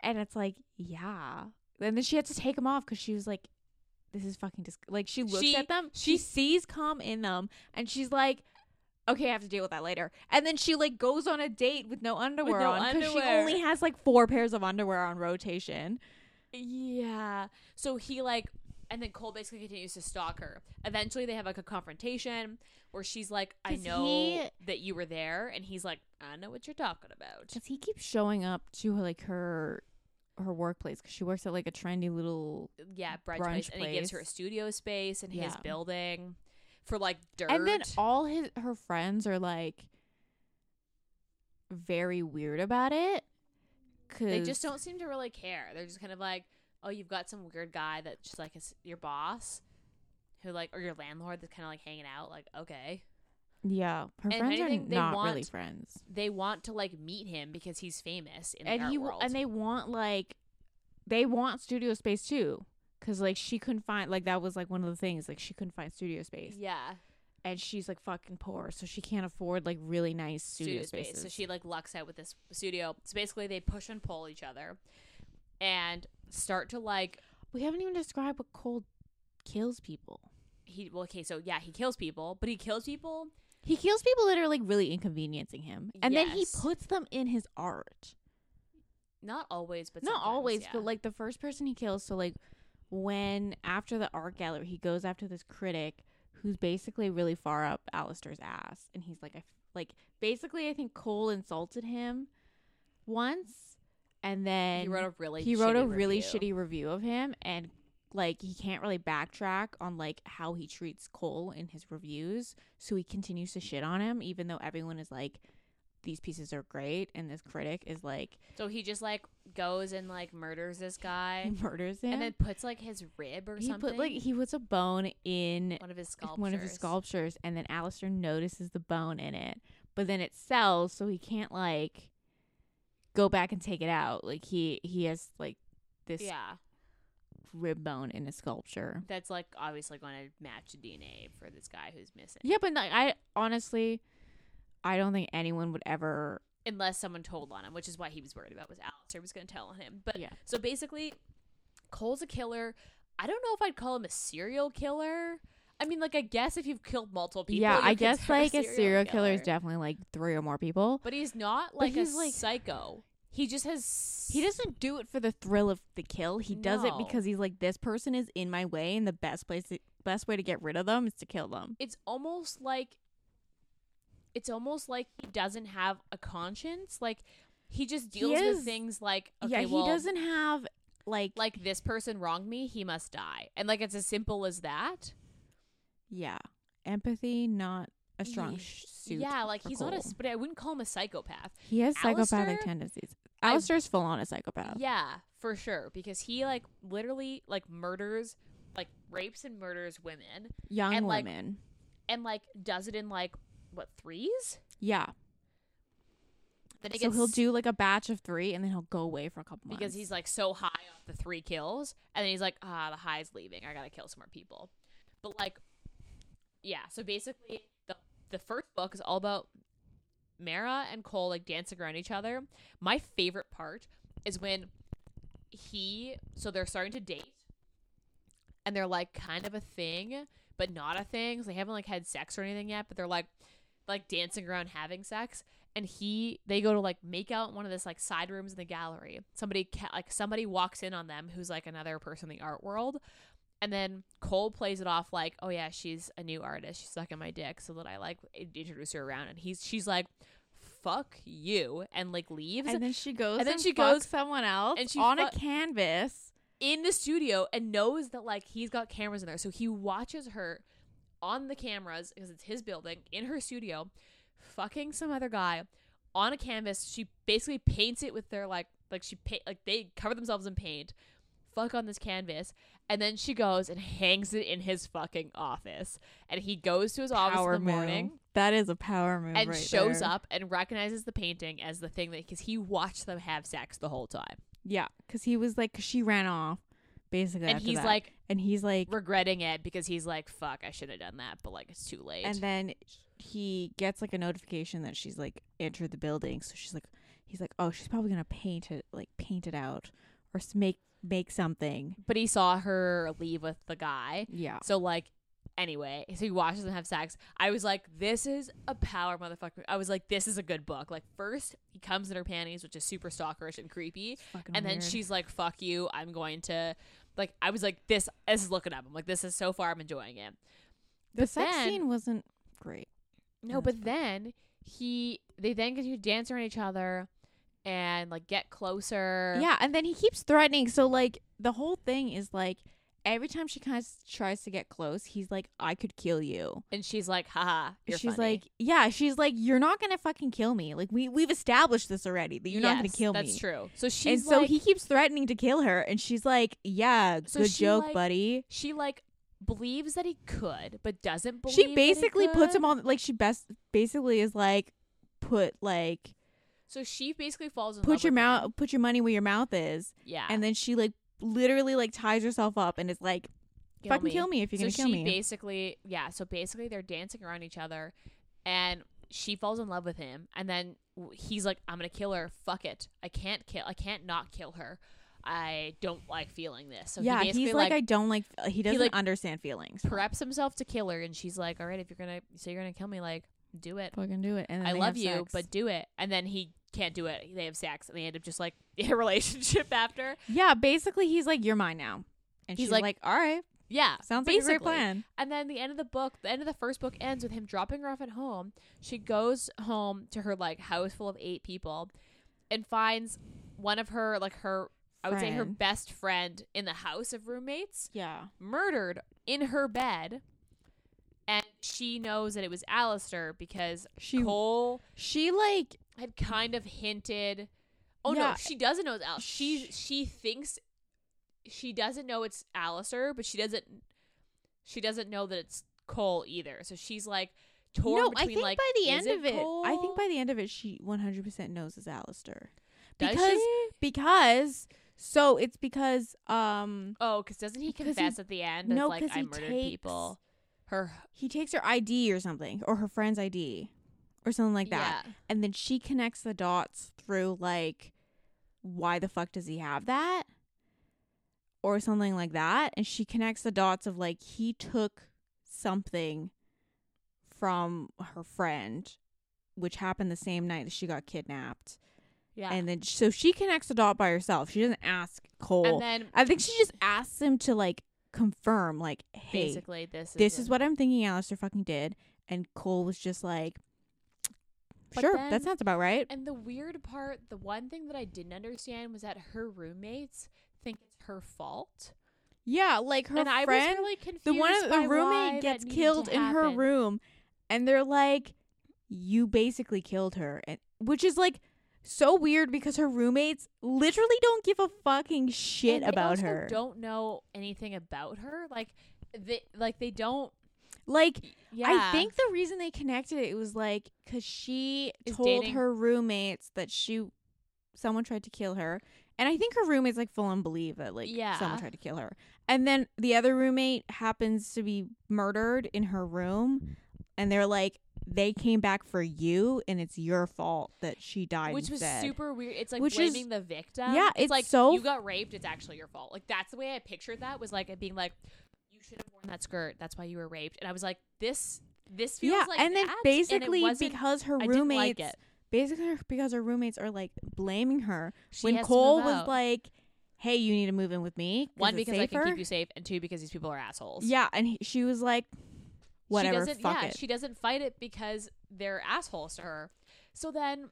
And it's like, yeah. And then she had to take them off because she was like, this is fucking dis. Like she looks
She-
at them, she
she-
sees calm in them, and she's like. Okay, I have to deal with that later. And then she like goes on a date with no underwear
no
on because she
underwear.
only has like four pairs of underwear on rotation.
Yeah. So he like and then Cole basically continues to stalk her. Eventually they have like a confrontation where she's like, I
'Cause
know
he-
that you were there and he's like, I know what you're talking about.
Cause he keeps showing up to her like her her workplace because she works at like a trendy little
Yeah, brunch,
Brunch
place. And he gives her a
place.
studio space in his
Yeah.
building for like dirt.
And then all his her friends are like very weird about it. Cause
they just don't seem to really care. They're just kind of like, Oh, you've got some weird guy that's just like his your boss who like or your landlord that's kinda like hanging out, like, okay.
Yeah, her
if
friends
anything,
are
they
not
want
really friends.
They want to like meet him because he's famous in the
And
art
he w-
world.
and they want like they want studio space too because like she couldn't find like that was like one of the things like she couldn't find studio space
Yeah.
and she's like fucking poor so she can't afford like really nice studio,
Studio space. So
spaces.
she like lucks out with this studio. So basically they push and pull each other and start to like
we haven't even described what cold kills people.
he well okay, so yeah, he kills people, but he kills people
He kills people that are like really inconveniencing him, and then he
Yes.
puts them in his art.
not always but
Not
sometimes,
always,
yeah.
but like the first person he kills. So like when after the art gallery, he goes after this critic who's basically really far up Alistair's ass, and he's like, I f- like basically I think Cole insulted him once, and then
he wrote a really
he wrote a
shitty
really
review.
shitty review of him and like he can't really backtrack on like how he treats cole in his reviews so he continues to shit on him even though everyone is like these pieces are great and this critic is like [LAUGHS]
So he just like goes and like murders this
he [LAUGHS]
guy
murders him
and then puts like his rib or
he
something.
put like he puts a bone in
one of his sculptures.
one of his sculptures and then Alistair notices the bone in it but then it sells so he can't like go back and take it out like he he has like this
Yeah,
rib bone in a sculpture
that's like obviously going to match the DNA for this guy who's missing,
Yeah, but like, I honestly, I don't think anyone would ever.
unless someone told on him, which is why he was worried about was Alistair was going to tell on him. But
Yeah.
so basically, Cole's a killer. I don't know if I'd call him a serial killer. I mean, like I guess if you've killed multiple people,
yeah,
you're
I guess
considered
like a serial killer is definitely like three or more people.
But he's not
But
like
he's,
a
like-
psycho. He just has
He doesn't do it for the thrill of the kill. He does it
No.
because he's like, this person is in my way, and the best place, to, best way to get rid of them is to kill them.
it's almost like it's almost like he doesn't have a conscience. Like he just
He
deals
is-
with things like okay,
yeah,
well,
he doesn't have like,
like this person wronged me, he must die. And like it's as simple as that.
yeah, empathy, not a strong
Ye-
sh- suit.
yeah, like
for
he's not a
Cole.
s- but I wouldn't call him a psychopath.
He has psychopathic
Alistair-
tendencies.
I-
Alistair's full on a psychopath.
Yeah, for sure because he like literally like murders like rapes and murders women
Young
and, like-
women.
and like does it in like what threes?
yeah.
Then he
so
gets
he'll do like a batch of three, and then he'll go away for a couple months
because he's like so high off the three kills, and then he's like, ah, the high's leaving. I gotta kill some more people. But like, yeah. So basically, the the first book is all about Mara and Cole like dancing around each other. My favorite part is when he so they're starting to date, and they're like kind of a thing, but not a thing. So they haven't like had sex or anything yet, but they're like like dancing around having sex and he they go to like make out in one of this like side rooms in the gallery somebody ca- like somebody walks in on them who's like another person in the art world and then cole plays it off like oh yeah she's a new artist she's sucking my dick so that i like in- introduce her around and he's she's like fuck you and like leaves
and then she goes and
and
then she
fucks
goes someone else
and she
on a
fuck-
canvas.
in the studio and knows that like he's got cameras in there so he watches her on the cameras because it's his building in her studio fucking some other guy on a canvas she basically paints it with their like like she paint like they cover themselves in paint fuck on this canvas and then she goes and hangs it in his fucking office and he goes to his office in the morning
move. That is a power move.
and
right
shows
there.
up and recognizes the painting as the thing that because he watched them have sex the whole time
Yeah, because he was like, 'cause she ran off, basically.
and
after
he's
that.
like
and he's like,
regretting it because he's like, "Fuck, I should have done that," but like it's too late.
and then he gets like a notification that she's like entered the building. So she's like, he's like, oh, she's probably gonna paint it, like paint it out, or s- make make something.
but he saw her leave with the guy,
Yeah,
so like. Anyway, so he watches them have sex. I was like, this is a power motherfucker. I was like, this is a good book. Like, first, he comes in her panties, which is super stalkerish and creepy.
fucking
And then
weird.
she's like, fuck you. I'm going to, like, I was like, this, this is looking up. I'm like, this is so far, I'm enjoying it.
the sex
then-
scene wasn't great.
No,
That's
but then he, they then continue to dance around each other and like get closer.
Yeah, and then he keeps threatening. So like the whole thing is like every time she kind of tries to get close, he's like, "I could kill you."
And she's like, haha, you're
she's
funny."
like, "Yeah." She's like, "You're not gonna fucking kill me. Like we we've established this already that you're not gonna
Yes,
kill me."
That's true. So
And
she's
so
like,
he keeps threatening to kill her, and she's like, "Yeah,
So
good
she,
joke,
like,
buddy."
she like believes that he could, but doesn't believe. that
She
he
basically puts
could.
him on like she best basically is like, "Put like
So she basically falls in love
put your
with him.
mouth put your money where your mouth is,"
Yeah,
and then she like literally like ties herself up and is like, fucking
me.
kill me if you're
so
gonna
she
kill me.
basically, yeah. So basically, they're dancing around each other, and she falls in love with him, and then w- he's like, "I'm gonna kill her. Fuck it. I can't kill. I can't not kill her. I don't like feeling this." So
yeah,
he basically
he's like, I don't like. He doesn't
like,
understand feelings.
preps himself to kill her, and she's like, "All right, if you're gonna, so you're gonna kill me, like, do it.
Fucking do it. And then
I
they
love
have
you,
sex.
but do it." And then he can't do it. They have sex, and they end up just like [LAUGHS] in a relationship after.
yeah, basically he's like, you're mine now. And
He's
she's
like-
like, all right,
Yeah,
sounds like a
basically.
great plan.
And then the end of the book, the end of the first book ends with him dropping her off at home. She goes home to her like house full of eight people and finds one of her like her I would say her
Friend.
best friend in the house of roommates
Yeah,
murdered in her bed. And she knows that it was Alistair because
She-
Cole
she like
had kind of hinted Oh no,
Yeah.
she doesn't know it's Alistair. She
Sh-
she thinks she doesn't know it's Alistair, but she doesn't she doesn't know that it's Cole either. So she's like torn
no. I
between
think
like
by the
is
end of it,
Cole?
I think by the end of it, she 100 percent knows it's Alistair
Does
because
she?
because so it's because um
Oh, because doesn't he
Because he-
confess at the end?
no,
of, like
'cause
I
he
murdered
takes-
people. Her
he takes her ID or something or her friend's ID or something like that.
Yeah.
and then she connects the dots through like why the fuck does he have that or something like that and she connects the dots of like he took something from her friend which happened the same night that she got kidnapped
Yeah.
and then so she connects the dot by herself she doesn't ask cole
And then
i think she just asks him to like confirm like hey
basically this is
this is
a-
what I'm thinking Alistair fucking did. And Cole was just like,
But
sure,
then-
that sounds about right.
And the weird part, the one thing that I didn't understand was that her roommates think it's her fault.
Yeah, like her
and I
friend,
was really confused.
the one
by
the
why
roommate
that
gets
needed
killed
to
in her
happen.
room, and they're like, you basically killed her, and which is like so weird because her roommates literally don't give a fucking shit
And they
about
also
her.
Don't know anything about her. Like they like they don't.
Like
Yeah,
I think the reason they connected it was like because she
Is
told
dating-
her roommates that she someone tried to kill her, and I think her roommates like full on believe that like
Yeah.
someone tried to kill her, and then the other roommate happens to be murdered in her room, and they're like they came back for you, and it's your fault that she died,
which was
instead.
super weird. It's like
Which is-
blaming the victim.
yeah,
it's,
it's
like
so-
you got raped. It's actually your fault. Like that's the way I pictured that was like it being like you should have worn that skirt. That's why you were raped. And I was like this this feels
yeah,
like
and then
that, it
basically
wasn't-
because her
I
roommates
didn't like it.
basically her- because her roommates are like blaming her
She
when
has to
Cole
move
was
out.
like, "Hey, you need to move in with me."
one
it's
because I can
safer."
keep you safe, and two because these people are assholes.
Yeah, and he, she was like,
She
"Whatever,
doesn't,
fuck
yeah,
it."
she doesn't fight it because they're assholes to her. So then,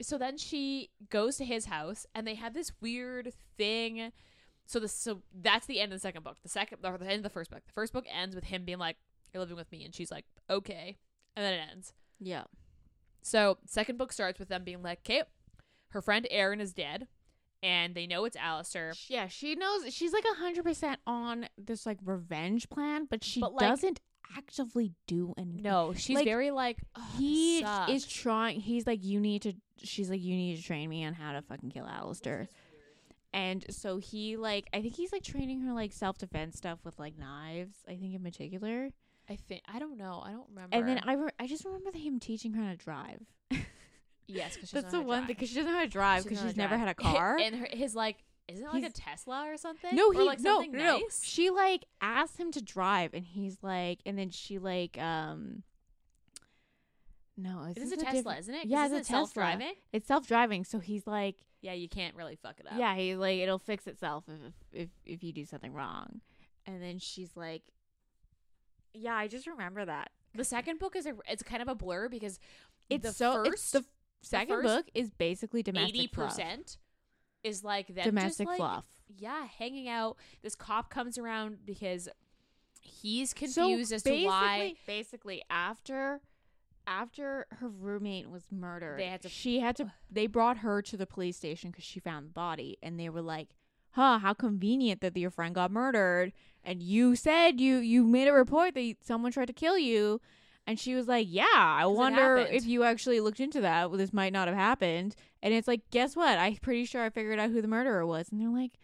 so then she goes to his house, and they have this weird thing. So this, so that's the end of the second book. The second, or the end of the first book. The first book ends with him being like, "You're living with me," and she's like, "Okay," and then it ends.
yeah,
So second book starts with them being like, "Okay, her friend Erin is dead." And they know it's Alistair.
yeah, she knows she's like hundred percent on this like revenge plan, but she
But, like-
doesn't actively do anything.
No, she's
Like,
very like "Oh, this
he
sucks."
is trying. He's like, "You need to." She's like, "You need to train me on how to fucking kill Alistair." And so he like, I think he's like training her like self defense stuff with like knives. I think in particular.
I think I don't know. I don't remember.
And then I re- I just remember him teaching her how to drive. [LAUGHS]
Yes, because
That's the one because she doesn't know how to drive because she's never [LAUGHS]
[LAUGHS]
had a car.
and her, his like isn't it like a
He's-
Tesla or something?
No, he
or like
no,
something
no, no.
nice?
She like asked him to drive, and he's like, and then she like, um, no, it's
It is a Tesla, isn't it? 'Cause
Yeah, it's
isn't
a
it
Tesla.
self-driving.
It's self driving, so he's like,
Yeah, you can't really fuck it up.
yeah, he like it'll fix itself if if if you do something wrong, and then she's like, yeah, I just remember that.
The second book is a it's kind of a blur because
It's
the
so
first
it's the second
first
book is basically domestic
eighty
fluff.
percent is like them
domestic
just, like,
fluff.
Yeah, hanging out. This cop comes around because he's confused as to why
basically- basically after after her roommate was murdered
They had to-
she had to they brought her to the police station because she found the body and they were like huh how convenient that your friend got murdered and you said you you made a report that you- someone tried to kill you and she was like yeah i wonder
happened."
if you actually looked into that well, this might not have happened and it's like guess what i'm pretty sure i figured out who the murderer was and they're like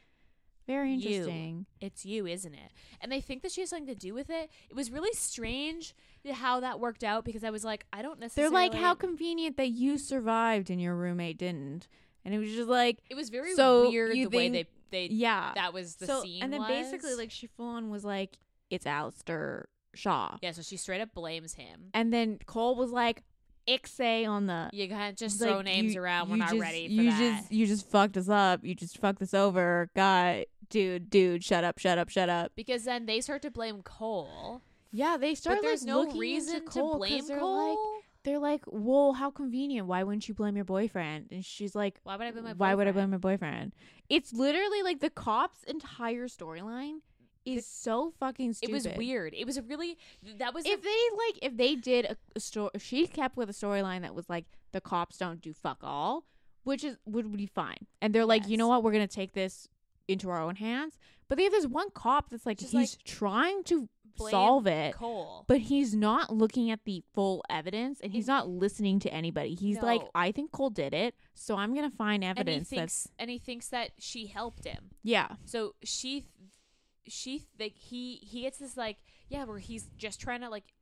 Very
You.
interesting.
It's you, isn't it? And I think that she has something to do with it. It was really strange how that worked out because I was like, I don't
They're
necessarily.
like, how convenient that you survived and your roommate didn't. And it was just like,
It was very
So
weird
you
the way they
think-
they
yeah.
that was the
Ah, so
scene.
and then basically,
was.
like she full on was like, it's Alistair Shaw.
yeah, so she straight up blames him.
And then Cole was like, Ixay on the
You can't just
Like,
throw names
you-
around. We're
you
not
just-
ready for
you
that.
Just, you just fucked us up. You just fucked us over. Guy, dude, dude, shut up, shut up, shut up.
because then they start to blame Cole,
Yeah, they
but
start
there's
like
no
looking
reason
into Cole
to
'cause
blame
they're
Cole.
Like, they're like, "Whoa, how convenient! Why wouldn't you blame your boyfriend?" And she's like,
why would I blame my?
"Why would I blame
boyfriend?
my boyfriend?" It's literally like the cop's entire storyline is so fucking stupid.
It was weird. It was a really that was a-
If they like, if they did a, a story, if she kept with a storyline that was like, the cops don't do fuck all, which is would be fine. And they're like, you know
Yes.
what, we're gonna take this into our own hands. But they have this one cop that's like,
Just,
he's trying to
blame
solve it,
Cole.
but he's not looking at the full evidence and he's not listening to anybody. He's like,
No.
I think Cole did it, so I'm gonna find
and he
evidence that's
thinks and he thinks that she helped him.
yeah.
So she, th- she like he he gets this like yeah where he's just trying to like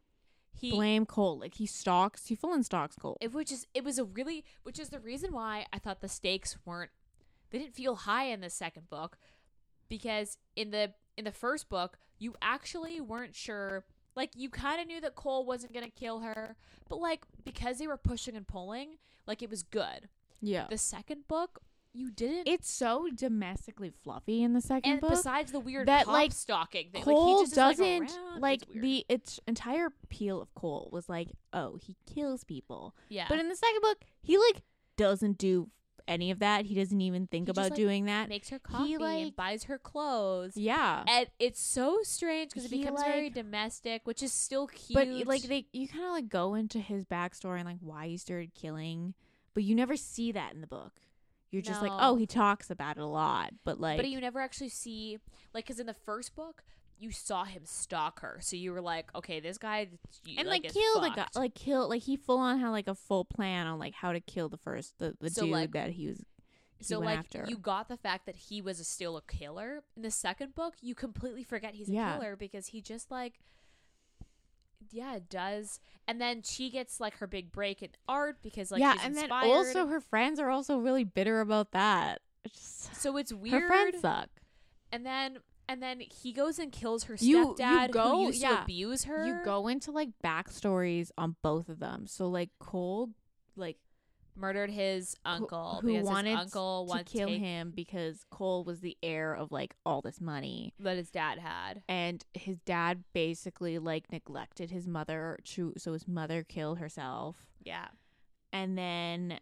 he
Blame Cole. Like he stalks he full and stalks Cole.
it which is it was a really which is the reason why I thought the stakes weren't they didn't feel high in the second book because in the in the first book you actually weren't sure like you kind of knew that Cole wasn't going to kill her but like because they were pushing and pulling like it was good.
yeah.
The second book you didn't
It's so domestically fluffy in the second
and
book.
besides the weird
that,
cop
like,
stalking thing,
Cole
like, he just
doesn't
is, like, around.
like,
It's weird.
the its entire appeal of Cole was like, oh, he kills people.
yeah.
But in the second book, he like doesn't do any of that. He doesn't even think
He just,
about
like,
doing that.
makes her coffee, and
like-
buys her clothes,
yeah.
and it's so strange because it
He,
becomes very
like-
domestic, which is still cute.
But y- like they you kind of like go into his backstory and like why he started killing, but you never see that in the book. You're just like,
No.
"Oh, he talks about it a lot." But like
but you never actually see like because in the first book you saw him stalk her, so you were like, okay, this guy you,
and like,
is
kill the guy,
fucked.
like kill like he full on had like a full plan on like how to kill the first the, the
So,
dude
like,
that he was he
so
went
like
after.
you got the fact that he was a, still a killer. In the second book, you completely forget he's a
Yeah.
killer because he just like yeah does and then she gets like her big break in art because like
yeah,
she's
and
inspired.
then also her friends are also really bitter about that. It's just-
so it's weird
her friends suck.
and then and then he goes and kills her
You-
stepdad
you
who
go-
used to
yeah.
abuse her.
You go into like backstories on both of them. So like Cole like
murdered his uncle
who
because
wanted
his uncle
to
wanted
kill
to take
him because Cole was the heir of like all this money.
that his dad had.
And his dad basically like neglected his mother to so his mother killed herself.
Yeah,
and then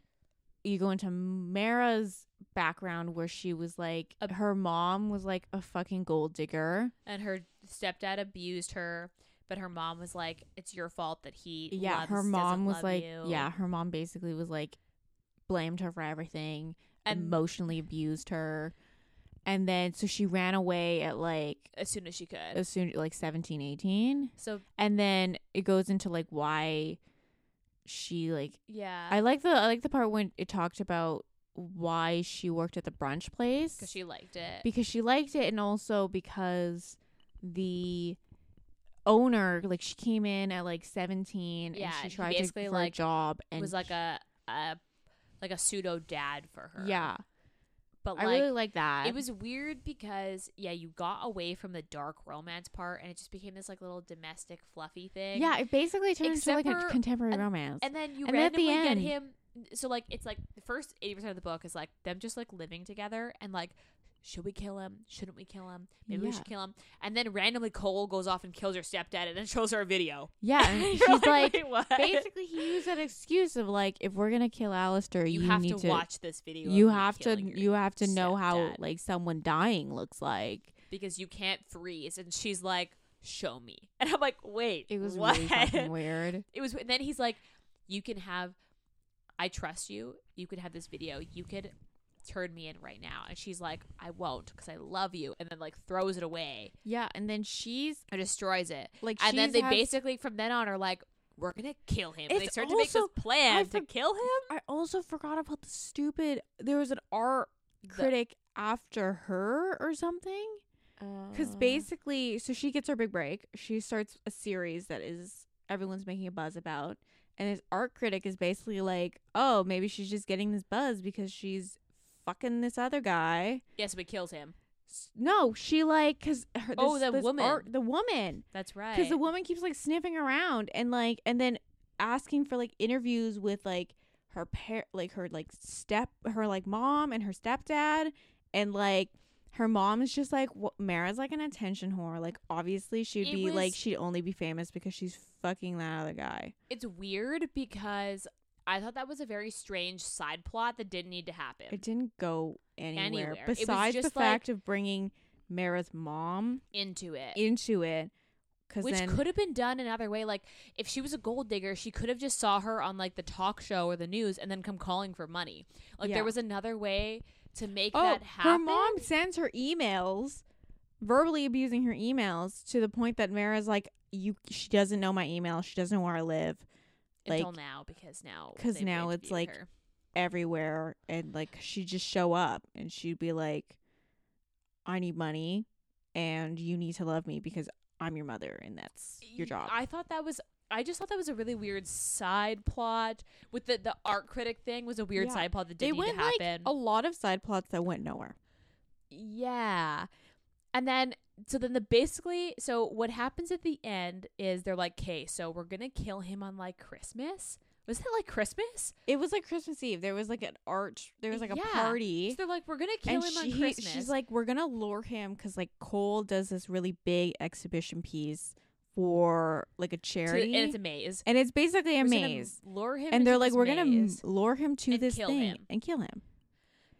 you go into Mara's background where she was like
A-
her mom was like a fucking gold digger.
and her stepdad abused her, but her mom was like, "It's your fault that he
Yeah,
loves-
her
doesn't
mom was
love
like
you."
yeah, her mom basically was like blamed her for everything,
And-
emotionally abused her. And then so she ran away at like
as soon as she could.
as soon like 17, 18.
So
And then it goes into like why she like
yeah,
I like the I like the part when it talked about why she worked at the brunch place
because she liked it.
because she liked it and also because the owner like she came in at like 17
Yeah,
and she
and he
tried to
basically,
for
like,
a job
It
and
was like a a like a pseudo dad for her.
yeah
but
i
like
really like that
it was weird because yeah, you got away from the dark romance part, and it just became this like little domestic fluffy thing.
yeah it basically turned into
Except
like a
for-
contemporary romance
And then you
And then at the
randomly get
end-
him. So like it's like the first eighty percent of the book is like them just like living together and like should we kill him? Shouldn't we kill him? Maybe we
Yeah.
should kill him. And then randomly Cole goes off and kills her stepdad and then shows her a video. [LAUGHS]
yeah and [LAUGHS]
You're
she's like
"Wait, what?"
basically he used that excuse of like if we're gonna kill alistair
you,
you,
have
need
to, watch this video.
you
of me
have to
killing your-
you have to know how
stepdad.
like someone dying looks like
because you can't freeze. And she's like, show me. [LAUGHS] And I'm like, wait,
it was
what?
really
[LAUGHS]
fucking weird
it was and then he's like you can have i trust you you could have this video you could turn me in right now and she's like i won't because i love you and then like throws it away
yeah and then she's
or destroys it
like
and then
she's
they
has-
basically from then on are like we're gonna kill him and they
It's
start to make this
also-
plan
I
to
for-
kill him
I also forgot about the stupid. There was an art
The-
critic after her or something.
Uh,
Because basically, so she gets her big break. She starts a series that is everyone's making a buzz about. And this art critic is basically like, oh, maybe she's just getting this buzz because she's fucking this other guy.
yes, but kills him.
S- No, she like, because her, this,
Oh, the
this
woman.
art- the woman.
That's right.
Because the woman keeps like sniffing around and like, and then asking for like interviews with like her par, like her like step, her like mom and her stepdad, and like her mom is just like, wh- Mara's like an attention whore. Like obviously she'd
It
be like
was-
she'd only be famous because she's fucking that other guy.
it's weird because I thought that was a very strange side plot that didn't need to happen.
It didn't go anywhere,
Anywhere. It was
besides the
just, like-
fact of bringing Mara's mom
into it.
into it. Because
which
then
could have been done another way. Like if she was a gold digger, she could have just saw her on like the talk show or the news and then come calling for money. Like
Yeah.
there was another way to make
Oh,
that happen.
her mom sends her emails, verbally abusing her emails to the point that Mara's like, "You, she doesn't know my email. She doesn't know where I live.
until
like-
now because now
'cause
they've
now it's, like,
interviewed her.
Everywhere, and like she'd just show up, and she'd be like, "I need money, and you need to love me because I'm your mother, and that's your
Y-
job."
I thought that was. I just thought that was a really weird side plot with the the art critic thing was a weird
Yeah.
side plot that
they
didn't need
went
to
like
happen.
a lot of side plots that went nowhere.
Yeah. And then so then the basically so what happens at the end is they're like, "Okay, so we're going to kill him on like Christmas?" Was that like Christmas?
It was like Christmas Eve. There was like an arch. There was like a
Yeah.
party.
So they're like, "We're going to kill him on Christmas."
She's like, we're gonna lure him because like Cole does this really big exhibition piece for like a
To-
charity,
and it's a maze.
And it's basically a
We're just gonna
maze.
Lure him
And they're
into
like,
this
we're gonna m-
maze."
lure him to
and
this
kill
thing
him.
and kill him.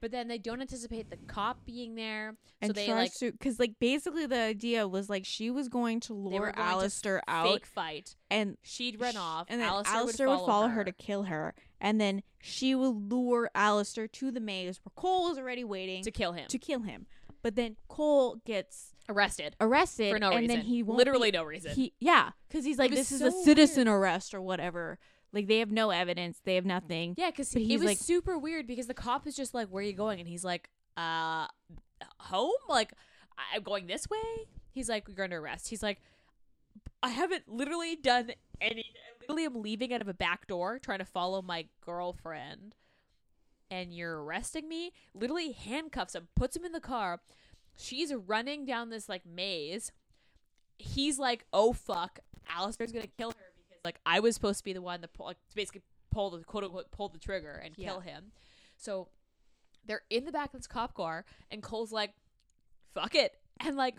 But then they don't anticipate the cop being there.
And
so they
tries
like
to, because like basically the idea was like she was going to
they were
lure
going to
Alistair out
fake fight.
and
She'd run
sh-
off
and then
Alistair,
Alistair,
would follow,
her. to kill her, and then she would lure Alistair to the maze where Cole is already waiting
to kill him.
to kill him. But then Cole gets
arrested
arrested
for no
and
reason.
then he won't
literally
be-
no reason.
he yeah because he's like
was
this is
so
a citizen arrest or whatever like they have no evidence they have nothing
Yeah, because
But
it
he's
was
like-
super weird because the cop is just like, "Where are you going?" and he's like, "Uh, home." Like, "I- I'm going this way. He's like, "You're under arrest." He's like, "I haven't literally done any. I literally, am leaving out of a back door trying to follow my girlfriend, and you're arresting me." Literally handcuffs him, puts him in the car. She's running down this like maze. He's like, "Oh fuck, Alistair's gonna kill her." because Like I was supposed to be the one that pull, like, basically pull the quote unquote pull the trigger and kill him. So they're in the back of this cop car, and Cole's like, "Fuck it," and like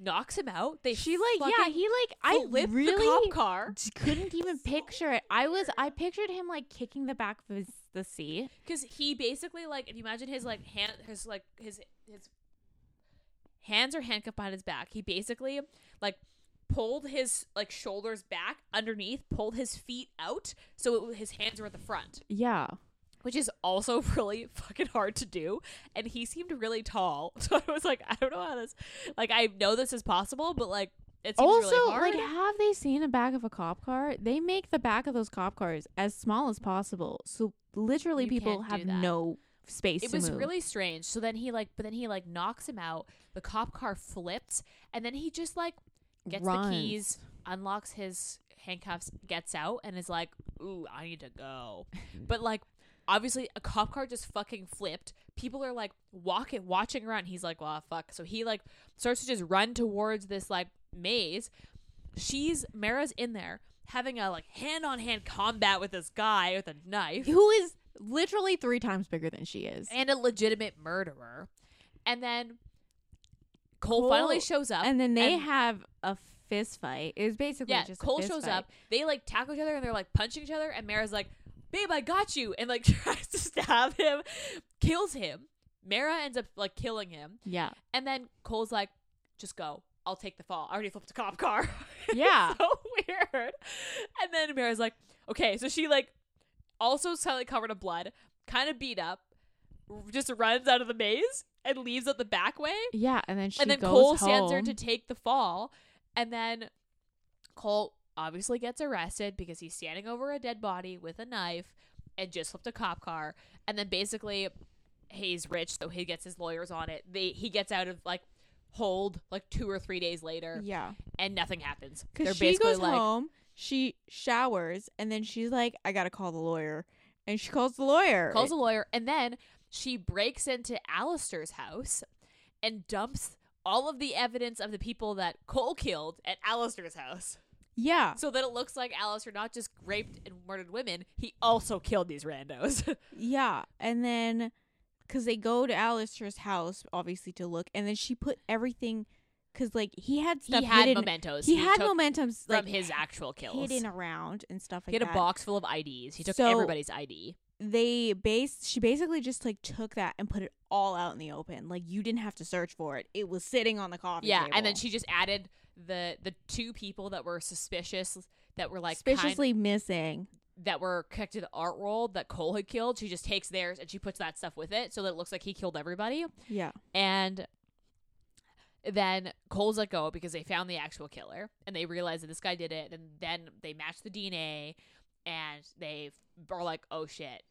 knocks him out. They
she like yeah
fucking
he like i
flipped the
really
cop car
d- couldn't [LAUGHS] even picture it i was i pictured him like kicking the back of his the seat
because he basically like if you imagine his like hand his like his his hands are handcuffed behind his back. He basically like pulled his like shoulders back underneath, pulled his feet out, so it, his hands were at the front.
yeah
which is also [LAUGHS] really fucking hard to do. And he seemed really tall, [LAUGHS] so I was like, I don't know how this. Like, I know this is possible, but like, it seems
also
really hard.
like have they seen a back of a cop car they make the back of those cop cars as small as possible so literally
You
people
can't do
have
that.
no space
it
to
was
move.
really strange. So then he like, but then he like knocks him out. The cop car flips, and then he just like gets
Runs.
the keys, unlocks his handcuffs, gets out, and is like, "Ooh, I need to
[LAUGHS]
go." but like, obviously, a cop car just fucking flipped. People are like walking, watching around. He's like, "Well, fuck." So he like starts to just run towards this like maze. She's Mara's in there having a like hand on hand combat with this guy with a knife
who is literally three times bigger than she is
and a legitimate murderer. And then Cole,
Cole-
finally shows up.
and then they
and-
have a fist fight. It was basically
yeah,
just a
Cole
fist
shows
fight.
up. They like tackle each other and they're like punching each other. And Mara's like, "Babe, I got you," and like [LAUGHS] tries to stab him, kills him. Mara ends up like killing him,
Yeah,
[LAUGHS] and then Cole's like, "Just go." I'll take the fall. I already flipped a cop car. [LAUGHS]
yeah.
so weird. And then Mara's like, okay, so she like also slightly covered in blood, kind of beat up, r- just runs out of the maze and leaves out the back way.
yeah, and then she
and then
goes
Cole
home.
stands her to take the fall, and then Cole obviously gets arrested because he's standing over a dead body with a knife and just flipped a cop car. And then basically Hayes rich, so he gets his lawyers on it. They he gets out of like hold like two or three days later,
Yeah.
and nothing happens. They're
Because she
basically
goes
like,
home, she showers, and then she's like, I gotta call the lawyer. And she calls the lawyer.
calls a lawyer, and then she breaks into Alistair's house and dumps all of the evidence of the people that Cole killed at Alistair's house.
yeah.
So that it looks like Alistair not just raped and murdered women, he also killed these randos. [LAUGHS]
Yeah. And then, because they go to Alistair's house, obviously, to look. And then she put everything, because, like, he had stuff
he had
hidden.
mementos.
he, had
took
momentums
from
like,
his actual kills.
hidden around and stuff like
he had
that.
a box full of IDs. He took
So-
everybody's ID.
They base she basically just like took that and put it all out in the open. Like you didn't have to search for it. It was sitting on the coffee
Yeah,
table.
and then she just added the the two people that were suspicious, that were like kind,
suspiciously missing.
that were connected to the art world that Cole had killed. She just takes theirs and she puts that stuff with it, so that it looks like he killed everybody.
Yeah.
And then Cole's let go because they found the actual killer and they realize that this guy did it. And then they match the DNA and they are like, oh shit,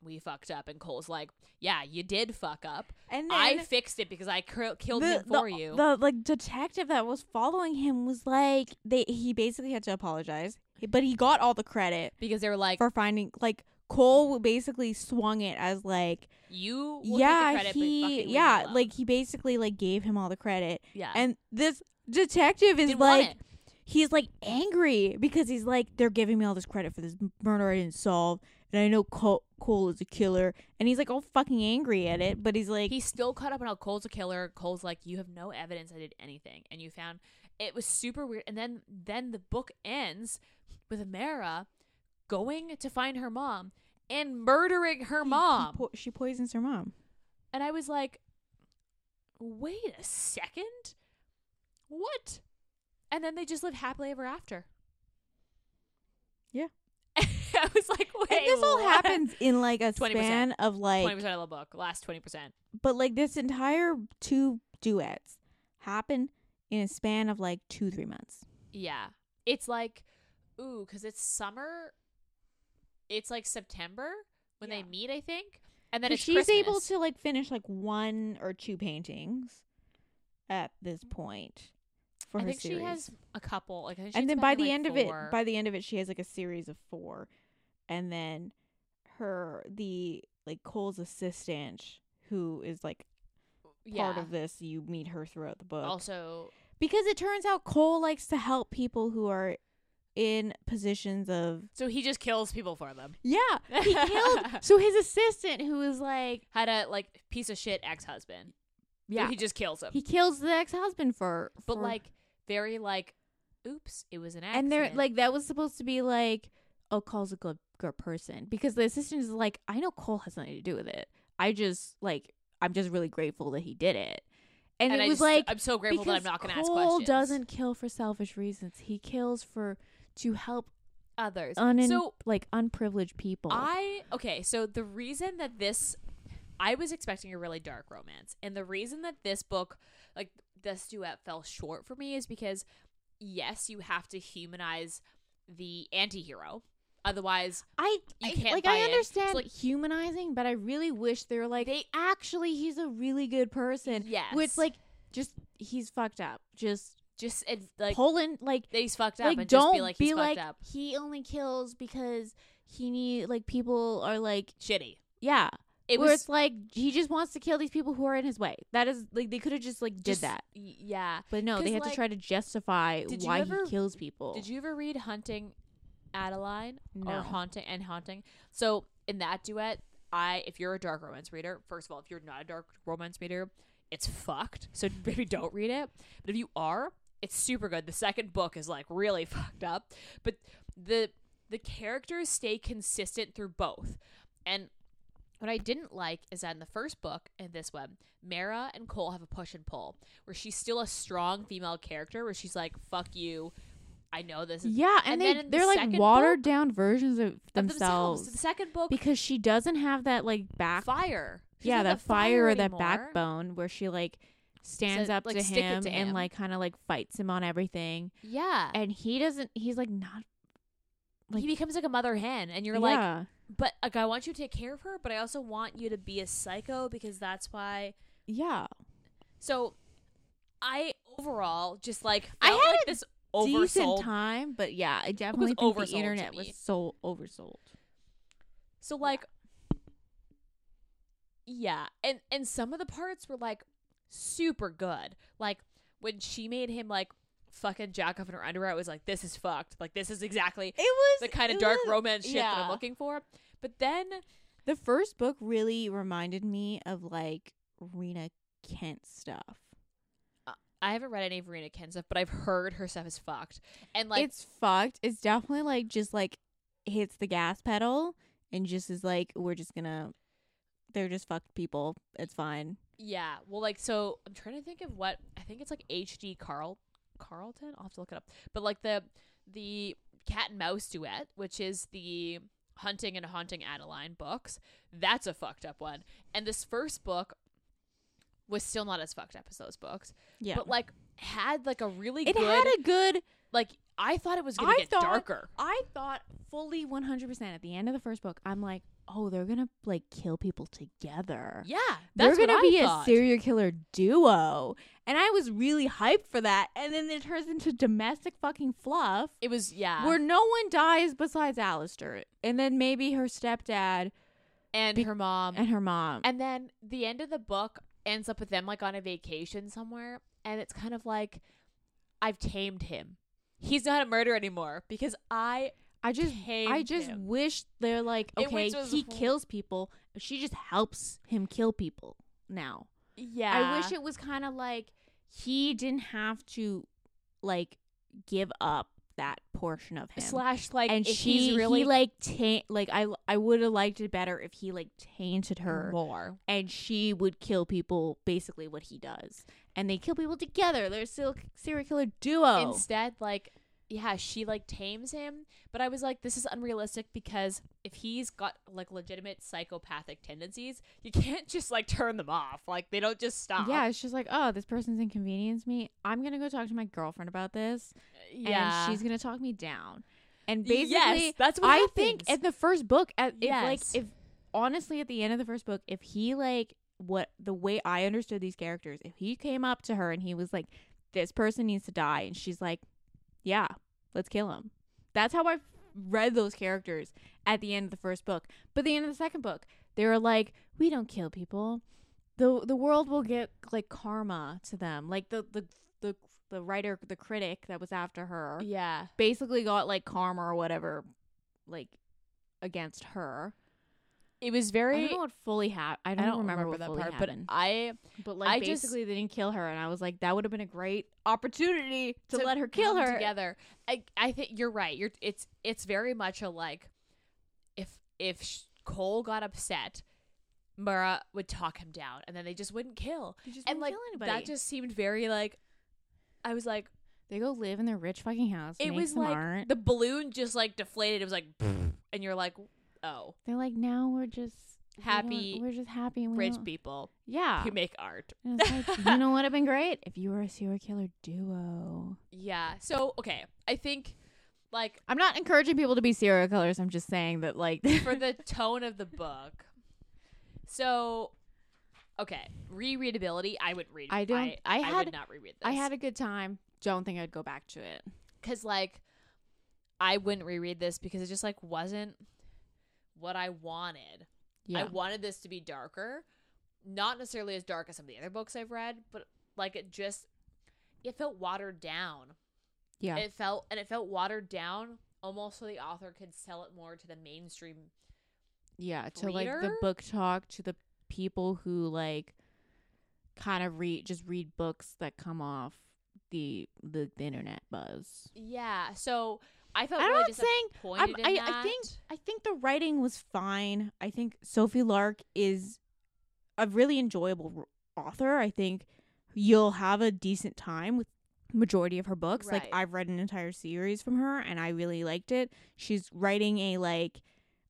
we fucked up. And Cole's like, yeah, you did fuck up.
And then
I fixed it because I cr- killed him for you.
The like detective that was following him was like they he basically had to apologize, but he got all the credit
because they were like,
for finding like Cole basically swung it as like
you will
yeah
take the credit, but
he
fucking leave me
yeah
alone."
like he basically like gave him all the credit,
yeah.
and this detective is
Didn't want
like
it.
he's like angry because he's like they're giving me all this credit for this m- murder I didn't solve, and I know Cole, Cole is a killer, and he's like all fucking angry at it, but he's like
He's still caught up on how Cole's a killer. Cole's like, you have no evidence I did anything, and you found it was super weird. And then then the book ends with Amara going to find her mom and murdering her
he- he
mom.
po- she poisons her
[LAUGHS]
mom.
and I was like, wait a second, what? And then they just live happily ever after.
Yeah.
[LAUGHS] I was like, wait,
and this all happens in like
[LAUGHS]
a
20%.
span of
Twenty
like,
percent of the book, last twenty percent.
but like this entire two duets happen in a span of like two three months.
Yeah. It's like, ooh, because it's summer. It's like September when
Yeah.
they meet, I think. And then
'Cause
it's
she's
Christmas.
able to like finish like one or two paintings at this point for
I
her
think
series.
she has a couple. Like, I think she
and
has
then
a
by
couple,
the
like,
end of
four.
it, by the end of it, she has like a series of four, and then her the like Cole's assistant who is like part
Yeah.
of this. You meet her throughout the book.
Also,
Because it turns out Cole likes to help people who are in positions of
so he just kills people for them.
yeah. He killed
[LAUGHS]
so his assistant who is like
Had a like piece of shit ex husband.
yeah
he just kills him.
he kills the ex husband for
but
for-
like very like, oops, it was an accident.
and they're like that was supposed to be like oh Cole's a good good person because the assistant is like I know Cole has nothing to do with it I just like I'm just really grateful that he did it and, it
I
was
just-
like
I'm so grateful that I'm
because
not going to
Cole
ask questions.
doesn't kill for selfish reasons he kills for to help
others.
un-
so
like unprivileged people
I okay, so the reason that this I was expecting a really dark romance, and the reason that this book, like this duet, fell short for me is because yes, you have to humanize the anti-hero. Otherwise,
I,
You
I-
can't
like
buy
I
it. It's
understand
like-
humanizing, but I really wish they were like
They-
actually he's a really good person.
yes,
Which like just he's fucked up. Just
just it, like
Poland like
they's fucked up
like
and
don't
just be like he's
be like
fucked up,
he only kills because he need like people are like
shitty.
yeah.
It
where
was
it's like he just wants to kill these people who are in his way. That is like they could have just like did
just-
that.
y- Yeah.
But no, they
'cause,
had
like,
to try to justify
did you
why
ever-
he kills people.
Did you ever read Hunting Adeline or
No.
Haunting and Haunting? So in that duet, I if you're a dark romance reader, first of all, if you're not a dark romance reader, it's fucked. So [LAUGHS] maybe don't read it. But if you are, it's super good. The second book is like really [LAUGHS] fucked up, but the the characters stay consistent through both. And what I didn't like is that in the first book, in this one, Mara and Cole have a push and pull where she's still a strong female character where she's like, fuck you. I know this is
yeah,
and
and,
then in the
they they're like
second
watered down versions of
of
themselves.
[LAUGHS] The second book,
because she doesn't have that like back
fire. She
yeah
doesn't
that
have
fire or that
anymore.
backbone where she like stands
So,
up
like,
to,
stick it
him
to him.
and like kind of like fights him on everything
Yeah,
and he doesn't he's like not like
he becomes like a mother hen, and you're like,
yeah.
But like, I want you to take care of her, but I also want you to be a psycho because that's why.
Yeah.
So, I overall just like
I
felt
had
like
a
this
Decent
oversold.
time, but yeah, I definitely think
oversold to
the internet
me.
was so oversold.
So like, yeah, and and some of the parts were like super good. Like when she made him like fucking jack off in her underwear, I was like, this is fucked. Like this is exactly
It was
the kind of dark
road.
romance shit that I'm
yeah.
looking for. But then
The first book really reminded me of like Rena Kent stuff.
uh, I haven't read any of Rena Ken stuff, but I've heard her stuff is fucked. And like,
it's fucked. It's definitely like just like hits the gas pedal and just is like we're just gonna they're just fucked people. It's fine.
yeah, well, like, so I'm trying to think of what I think it's like H.D. Carl Carlton. I'll have to look it up. But like the the cat and mouse duet, which is the Hunting and Haunting Adeline books. That's a fucked up one. And this first book was still not as fucked up as those books,
Yeah.
but like had like a really
it
good
had a good
like I thought it was gonna
I
get
thought-
darker.
I thought fully 100% at the end of the first book. I'm like, "Oh, they're going to like kill people together."
Yeah, that's
they're
what
gonna
I
be
thought.
a serial killer duo. And I was really hyped for that. And then it turns into domestic fucking fluff
It was yeah,
where no one dies besides Alistair. And then maybe her stepdad
and
be-
her mom
and her mom.
Um, And then the end of the book ends up with them like on a vacation somewhere, and it's kind of like I've tamed him. He's not a murderer anymore because I
I just
tamed
I just
him.
wish they're like,
It
okay,
was just
he
wh-
kills people. She just helps him kill people now.
yeah.
I wish it was kind of like he didn't have to like give up that portion of him.
slash like
and
if
she
he's really
he like taint like I I would have liked it better if he like tainted her
more.
and she would kill people basically what he does. And they kill people together. They're a serial serial killer duo.
Instead, like yeah, she like tames him, but I was like, this is unrealistic because if he's got like legitimate psychopathic tendencies, you can't just like turn them off. Like they don't just stop.
yeah, it's just like, oh, this person's inconvenienced me. I'm gonna go talk to my girlfriend about this,
yeah.
and she's gonna talk me down. And basically,
yes, that's what
I think
happens.
in the first book, at if,
Yes.
like if honestly at the end of the first book, if he like what the way I understood these characters, if he came up to her and he was like, "This person needs to die," and she's like, "Yeah, let's kill him." That's how I read those characters at the end of the first book. But the end of the second book, they were like, "We don't kill people. the The world will get like karma to them." Like the the the the writer, the critic that was after her,
yeah.
basically got like karma or whatever, like against her.
It was
I
very
don't know what fully happened. I don't, remember, what fully
that part,
happened.
but I
But, like
I just-
basically they didn't kill her, and I was like, that would have been a great opportunity to, let her kill
come
her.
together. I I think you're right. You're it's it's very much a like if if sh- Cole got upset, Mara would talk him down, and then they just wouldn't kill. and like that just seemed very like I was like
they go live in their rich fucking house.
it was like the balloon just like deflated. It was like [LAUGHS] and you're like oh
they're like now we're just we don't-
Happy
We're just happy. And we
rich
don't-
people
Yeah.
who make art.
And it's like, you know what would have been great if you were a serial killer duo.
Yeah. So okay, I think like
I'm not encouraging people to be serial killers. I'm just saying that like [LAUGHS]
for the tone of the book. So, okay, rereadability. I would read.
I don't- I
I,
had-
would not reread this.
I had a good time. Don't think I'd go back to it.
because like I wouldn't reread this because it just like wasn't what I wanted. I wanted this to be darker, not necessarily as dark as some of the other books I've read, but like it just it felt watered down.
yeah.
It felt and it felt watered down almost so the author could sell it more to the mainstream.
yeah, to like the
reader?
book talk to the people who like kind of read just read books that come off the the, the internet buzz.
Yeah, so I felt
I'm
really
not saying-
disappointed
I'm-
in
um, I- I think-
that.
I think the writing was fine. I think Sophie Lark is a really enjoyable r- author. I think you'll have a decent time with majority of her books. Like
Right.
I've read an entire series from her and I really liked it. She's writing a like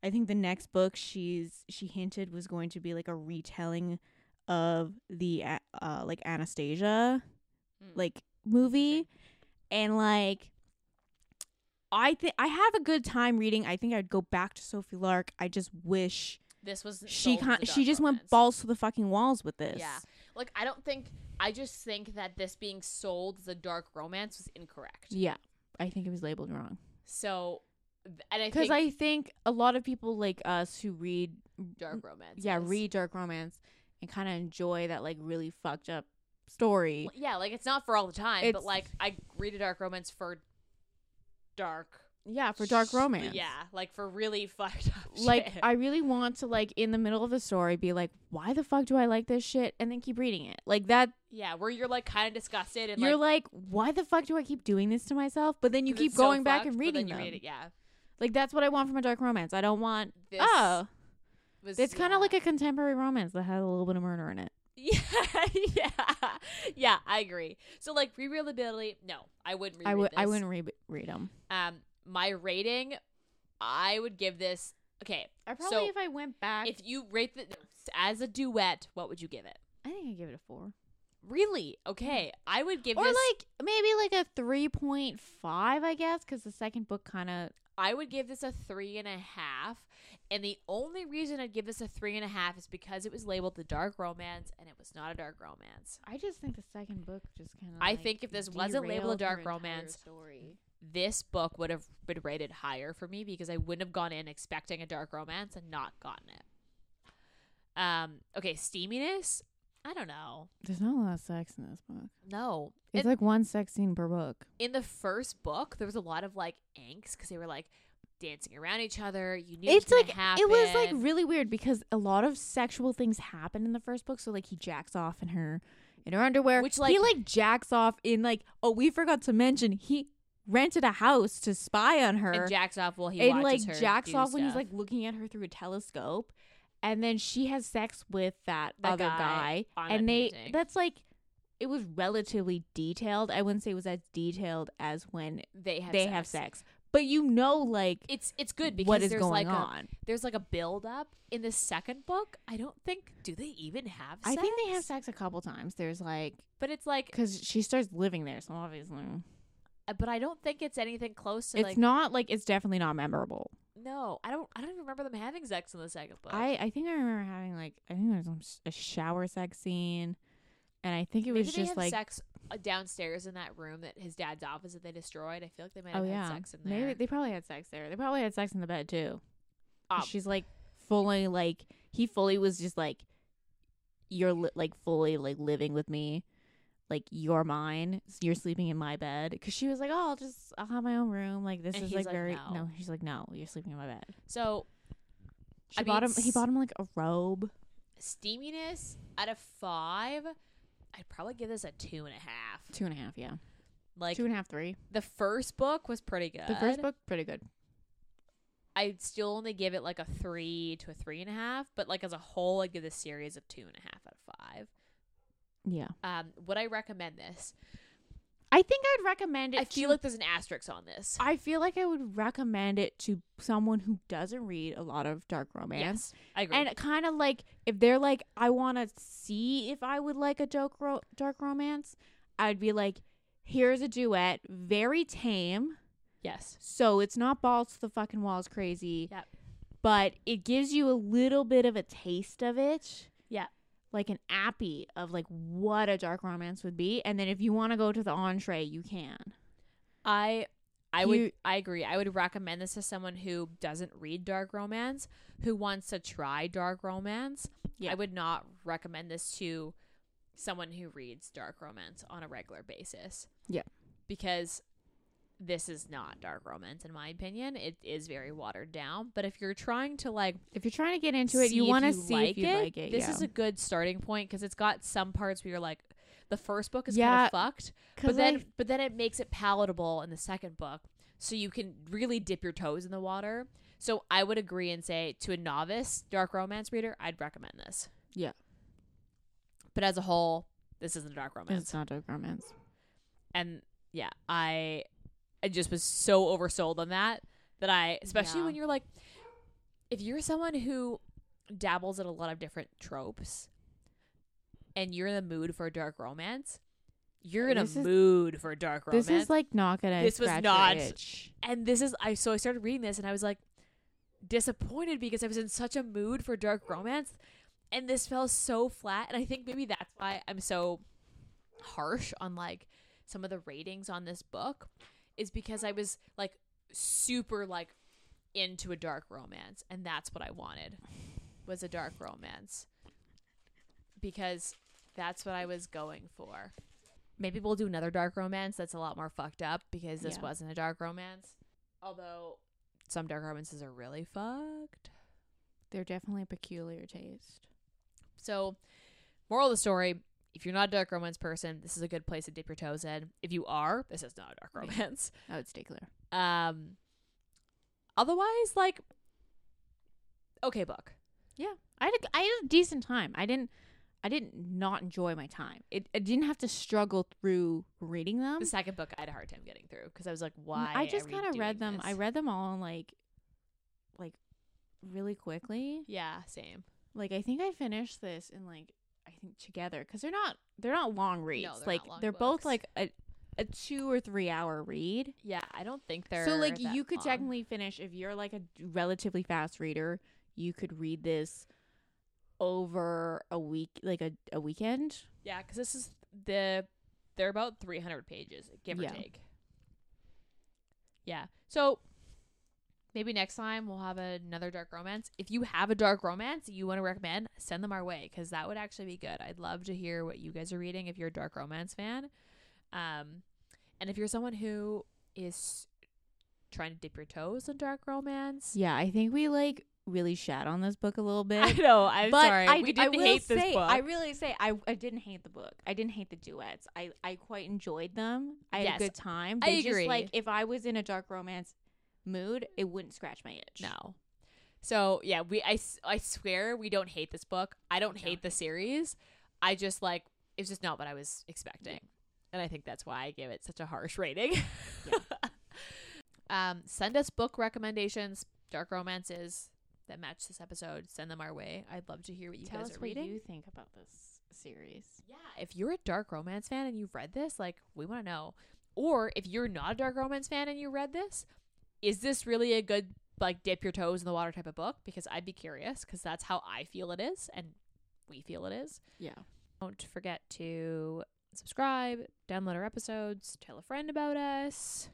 I think the next book she's she hinted was going to be like a retelling of the a- uh like Anastasia
Mm.
like movie
Okay.
and like
I think I have a good time reading. I think I'd go back to Sophie Lark. I just wish
This was
she
sold as
con-
a
she
dark
just went
romance.
balls to the fucking walls with this.
Yeah. Like I don't think I just think that this being sold as a dark romance was incorrect.
Yeah.
I think it was labeled wrong.
So th- and I
Because
think
I think a lot of people like us who read,
dark romance.
yeah,
is-
read dark romance and kind of enjoy that like really fucked up story.
Well, Yeah, like it's not for all the time, but
It's-
like I read a dark romance for dark
Yeah, for dark
sh-
romance.
Yeah, [LAUGHS] like for really fucked up
Like
shit.
I really want to like in the middle of the story be like, why the fuck do I like this shit? And then keep reading it. Like that,
yeah, where you're like kind of disgusted and
you're
like,
like, why the fuck do I keep doing this to myself? But then you
'cause it's
keep
so
going back
fucked,
and
but
reading
then you
them.
read it, yeah.
Like that's what I want from a dark romance. I don't want
This
oh,
was,
it's kind
yeah.
of like a contemporary romance that had a little bit of murder in it.
[LAUGHS] Yeah, yeah, yeah. I agree. So like rereadability, no, I wouldn't. Reread
I would I
this.
wouldn't re- read them.
Um, my rating, I would give this. Okay,
I
probably if
I went back,
if you rate the as a duet, what would you give it?
I think I give it a four,
Really? Okay, I would give
or
this.
like maybe like a three point five, I guess, because the second book kind of
I would give this a three and a half. And the only reason I'd give this a three and a half is because it was labeled the dark romance, and it was not a dark romance.
I just think the second book just kind of.
I think if this wasn't labeled a dark romance, This book would have been rated higher for me because I wouldn't have gone in expecting a dark romance and not gotten it. Um. Okay, steaminess. I don't know.
there's not a lot of sex in this book.
No,
It's
And
like one sex scene per book.
in the first book, there was a lot of like angst because they were like dancing around each other. You knew
It's
it was
like
gonna happen.
it was like really weird because a lot of sexual things happen in the first book. So like he jacks off in her in her underwear,
Which,
he
like-
like jacks off in like oh we forgot to mention he rented a house to spy on her
and jacks off while he
and like
watches her
jacks
do
off when he's
stuff.
like looking at her through a telescope, and then she has sex with that
The
other
guy
guy,
on
and
the
they
painting.
that's like it was relatively detailed. I wouldn't say it was as detailed as when
they have
they
sex.
have sex, but you know like
It's it's good because
what is
there's
going
like
on.
a there's like a build up in the second book. I don't think do they even have
I
sex?
think they have sex a couple times. There's like
But it's like
because she starts living there, so obviously
uh, but I don't think it's anything close to
it's
like
not like it's definitely not memorable.
no, I don't I don't even remember them having sex in the second book.
I I think I remember having like I think there was a shower sex scene, and I think it
Maybe
was
they
just
have
like
sex uh, downstairs in that room that his dad's office that they destroyed. I feel like they might have
oh
had
yeah,
sex in there.
maybe they probably had sex there. They probably had sex in the bed too. 'Cause
Um,
She's like fully like he fully was just like you're li- like fully like living with me. Like you're mine, s- you're sleeping in my bed. Because she was like, "Oh, I'll just, I'll have my own room." Like this
And
is
he's
like,
like,
very
"No."
no. She's like, "No, you're sleeping in my bed."
so
She
I mean,
bought him. He
s-
bought him like a robe.
steaminess out of five, I'd probably give this a two and a half.
Two and a half, yeah.
Like
Two and a half, three.
the first book was pretty good.
The first book, pretty good.
I'd still only give it like a three to a three and a half, but like as a whole, I'd give this series a two and a half out of five.
Yeah,
Um, would I recommend this?
I think I'd recommend it.
I feel
to-
like there's an asterisk on this.
I feel like I would recommend it to someone who doesn't read a lot of dark romance.
yes, I agree.
And kind of like if they're like, I want to see if I would like a dark ro- dark romance, I'd be like, here's a duet, very tame,
yes,
so it's not balls to the fucking walls crazy.
Yep.
But it gives you a little bit of a taste of it.
Yep.
Like an appy of like what a dark romance would be, and then if you want to go to the entree, you can.
I, I would.
You-
I agree. I would recommend this to someone who doesn't read dark romance, who wants to try dark romance.
Yeah.
I would not recommend this to someone who reads dark romance on a regular basis.
Yeah.
Because this is not dark romance in my opinion. It is very watered down, but if you're trying to like
If you're trying to get into it, you
if
want to see if you like it.
This
yeah.
is a good starting point because it's got some parts where you're like, the first book is
Yeah,
kind of fucked,
'Cause
but then
I-
but then it makes it palatable in the second book, so you can really dip your toes in the water. So I would agree and say to a novice dark romance reader, I'd recommend this.
Yeah.
but as a whole, this isn't a dark romance,
it's not dark romance.
and yeah, I I just was so oversold on that that I, especially
Yeah.
when you're like, if you're someone who dabbles in a lot of different tropes, and you're in the mood for a dark romance, You're in
This
a
is-
mood for dark romance.
This is like not gonna.
This was
scratch your
not-
itch.
and this is I so I started reading this and I was like disappointed because I was in such a mood for dark romance and this fell so flat and I think maybe that's why I'm so harsh on like some of the ratings on this book is because I was like super like into a dark romance and that's what I wanted was a dark romance because that's what I was going for. Maybe we'll do another dark romance that's a lot more fucked up because this
Yeah.
wasn't a dark romance. Although some dark romances are really fucked.
They're definitely peculiar taste.
So, moral of the story if you're not a dark romance person, this is a good place to dip your toes in. If you are, this is not a dark
Yeah.
romance.
I would stay clear.
Um, otherwise, like, okay, book.
I had a, I had a decent time. I didn't. I didn't not enjoy my time. It, I didn't have to struggle through reading them.
The second book I had a hard time getting through because Um, I was like,
N-
why?
I just
kind of
read them. I
read.
read them all in like, like, really quickly.
Yeah, same.
Like I think I finished this in like I think together because they're not they're not long reads.
they're not
like
long
they're
books.
both like a a two or three hour read.
Yeah, I don't think they're
so like
that
you could
long.
technically finish if you're like a d- relatively fast reader you could read this over a week like a, a weekend
yeah, because this is the they're about three hundred pages, give or
Yeah.
take. Yeah, so maybe next time we'll have another dark romance. If you have a dark romance that you want to recommend, send them our way because that would actually be good. I'd love to hear what you guys are reading if you're a dark romance fan, um, and if you're someone who is trying to dip your toes in dark romance.
yeah i think we like really shat on this book a little
[LAUGHS] I
bit
know. I'm
but
sorry.
I,
we
d- I
didn't
will
hate this
say,
book.
I really say I, I didn't hate the book. I didn't hate the duets. I, I quite enjoyed them. I had
Yes,
a good time.
I
They
agree.
Just, like if I was in a dark romance mood, it wouldn't scratch my itch.
No. So yeah, we I, s- I swear we don't hate this book. I don't hate the series. I just like it's just not what I was expecting, and I think that's why I gave it such a harsh rating. [LAUGHS] um, send us book recommendations, dark romances that match this episode. Send them our way. I'd love to hear what you
Tell
guys
us
are
what
reading.
you think about this series.
Yeah, if you're a dark romance fan and you've read this, like we want to know. Or if you're not a dark romance fan and you read this, is this really a good like dip your toes in the water type of book? Because I'd be curious because that's how I feel it is and we feel it is.
Yeah.
Don't forget to subscribe, download our episodes, tell a friend about us.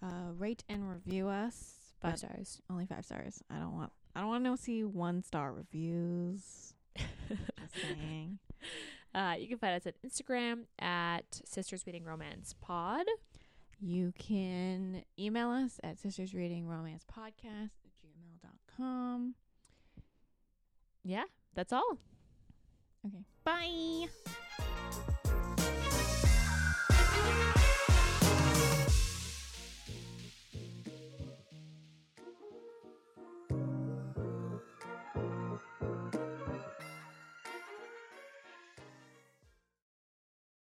uh, rate and review us, but
Five stars.
only five stars. I don't want. I don't want to see one star
[LAUGHS]
reviews. Just saying.
Uh, you can find us at Instagram at Sisters Reading Romance Pod.
You can email us at sisters reading romance podcast com.
Yeah, that's all.
Okay. Bye.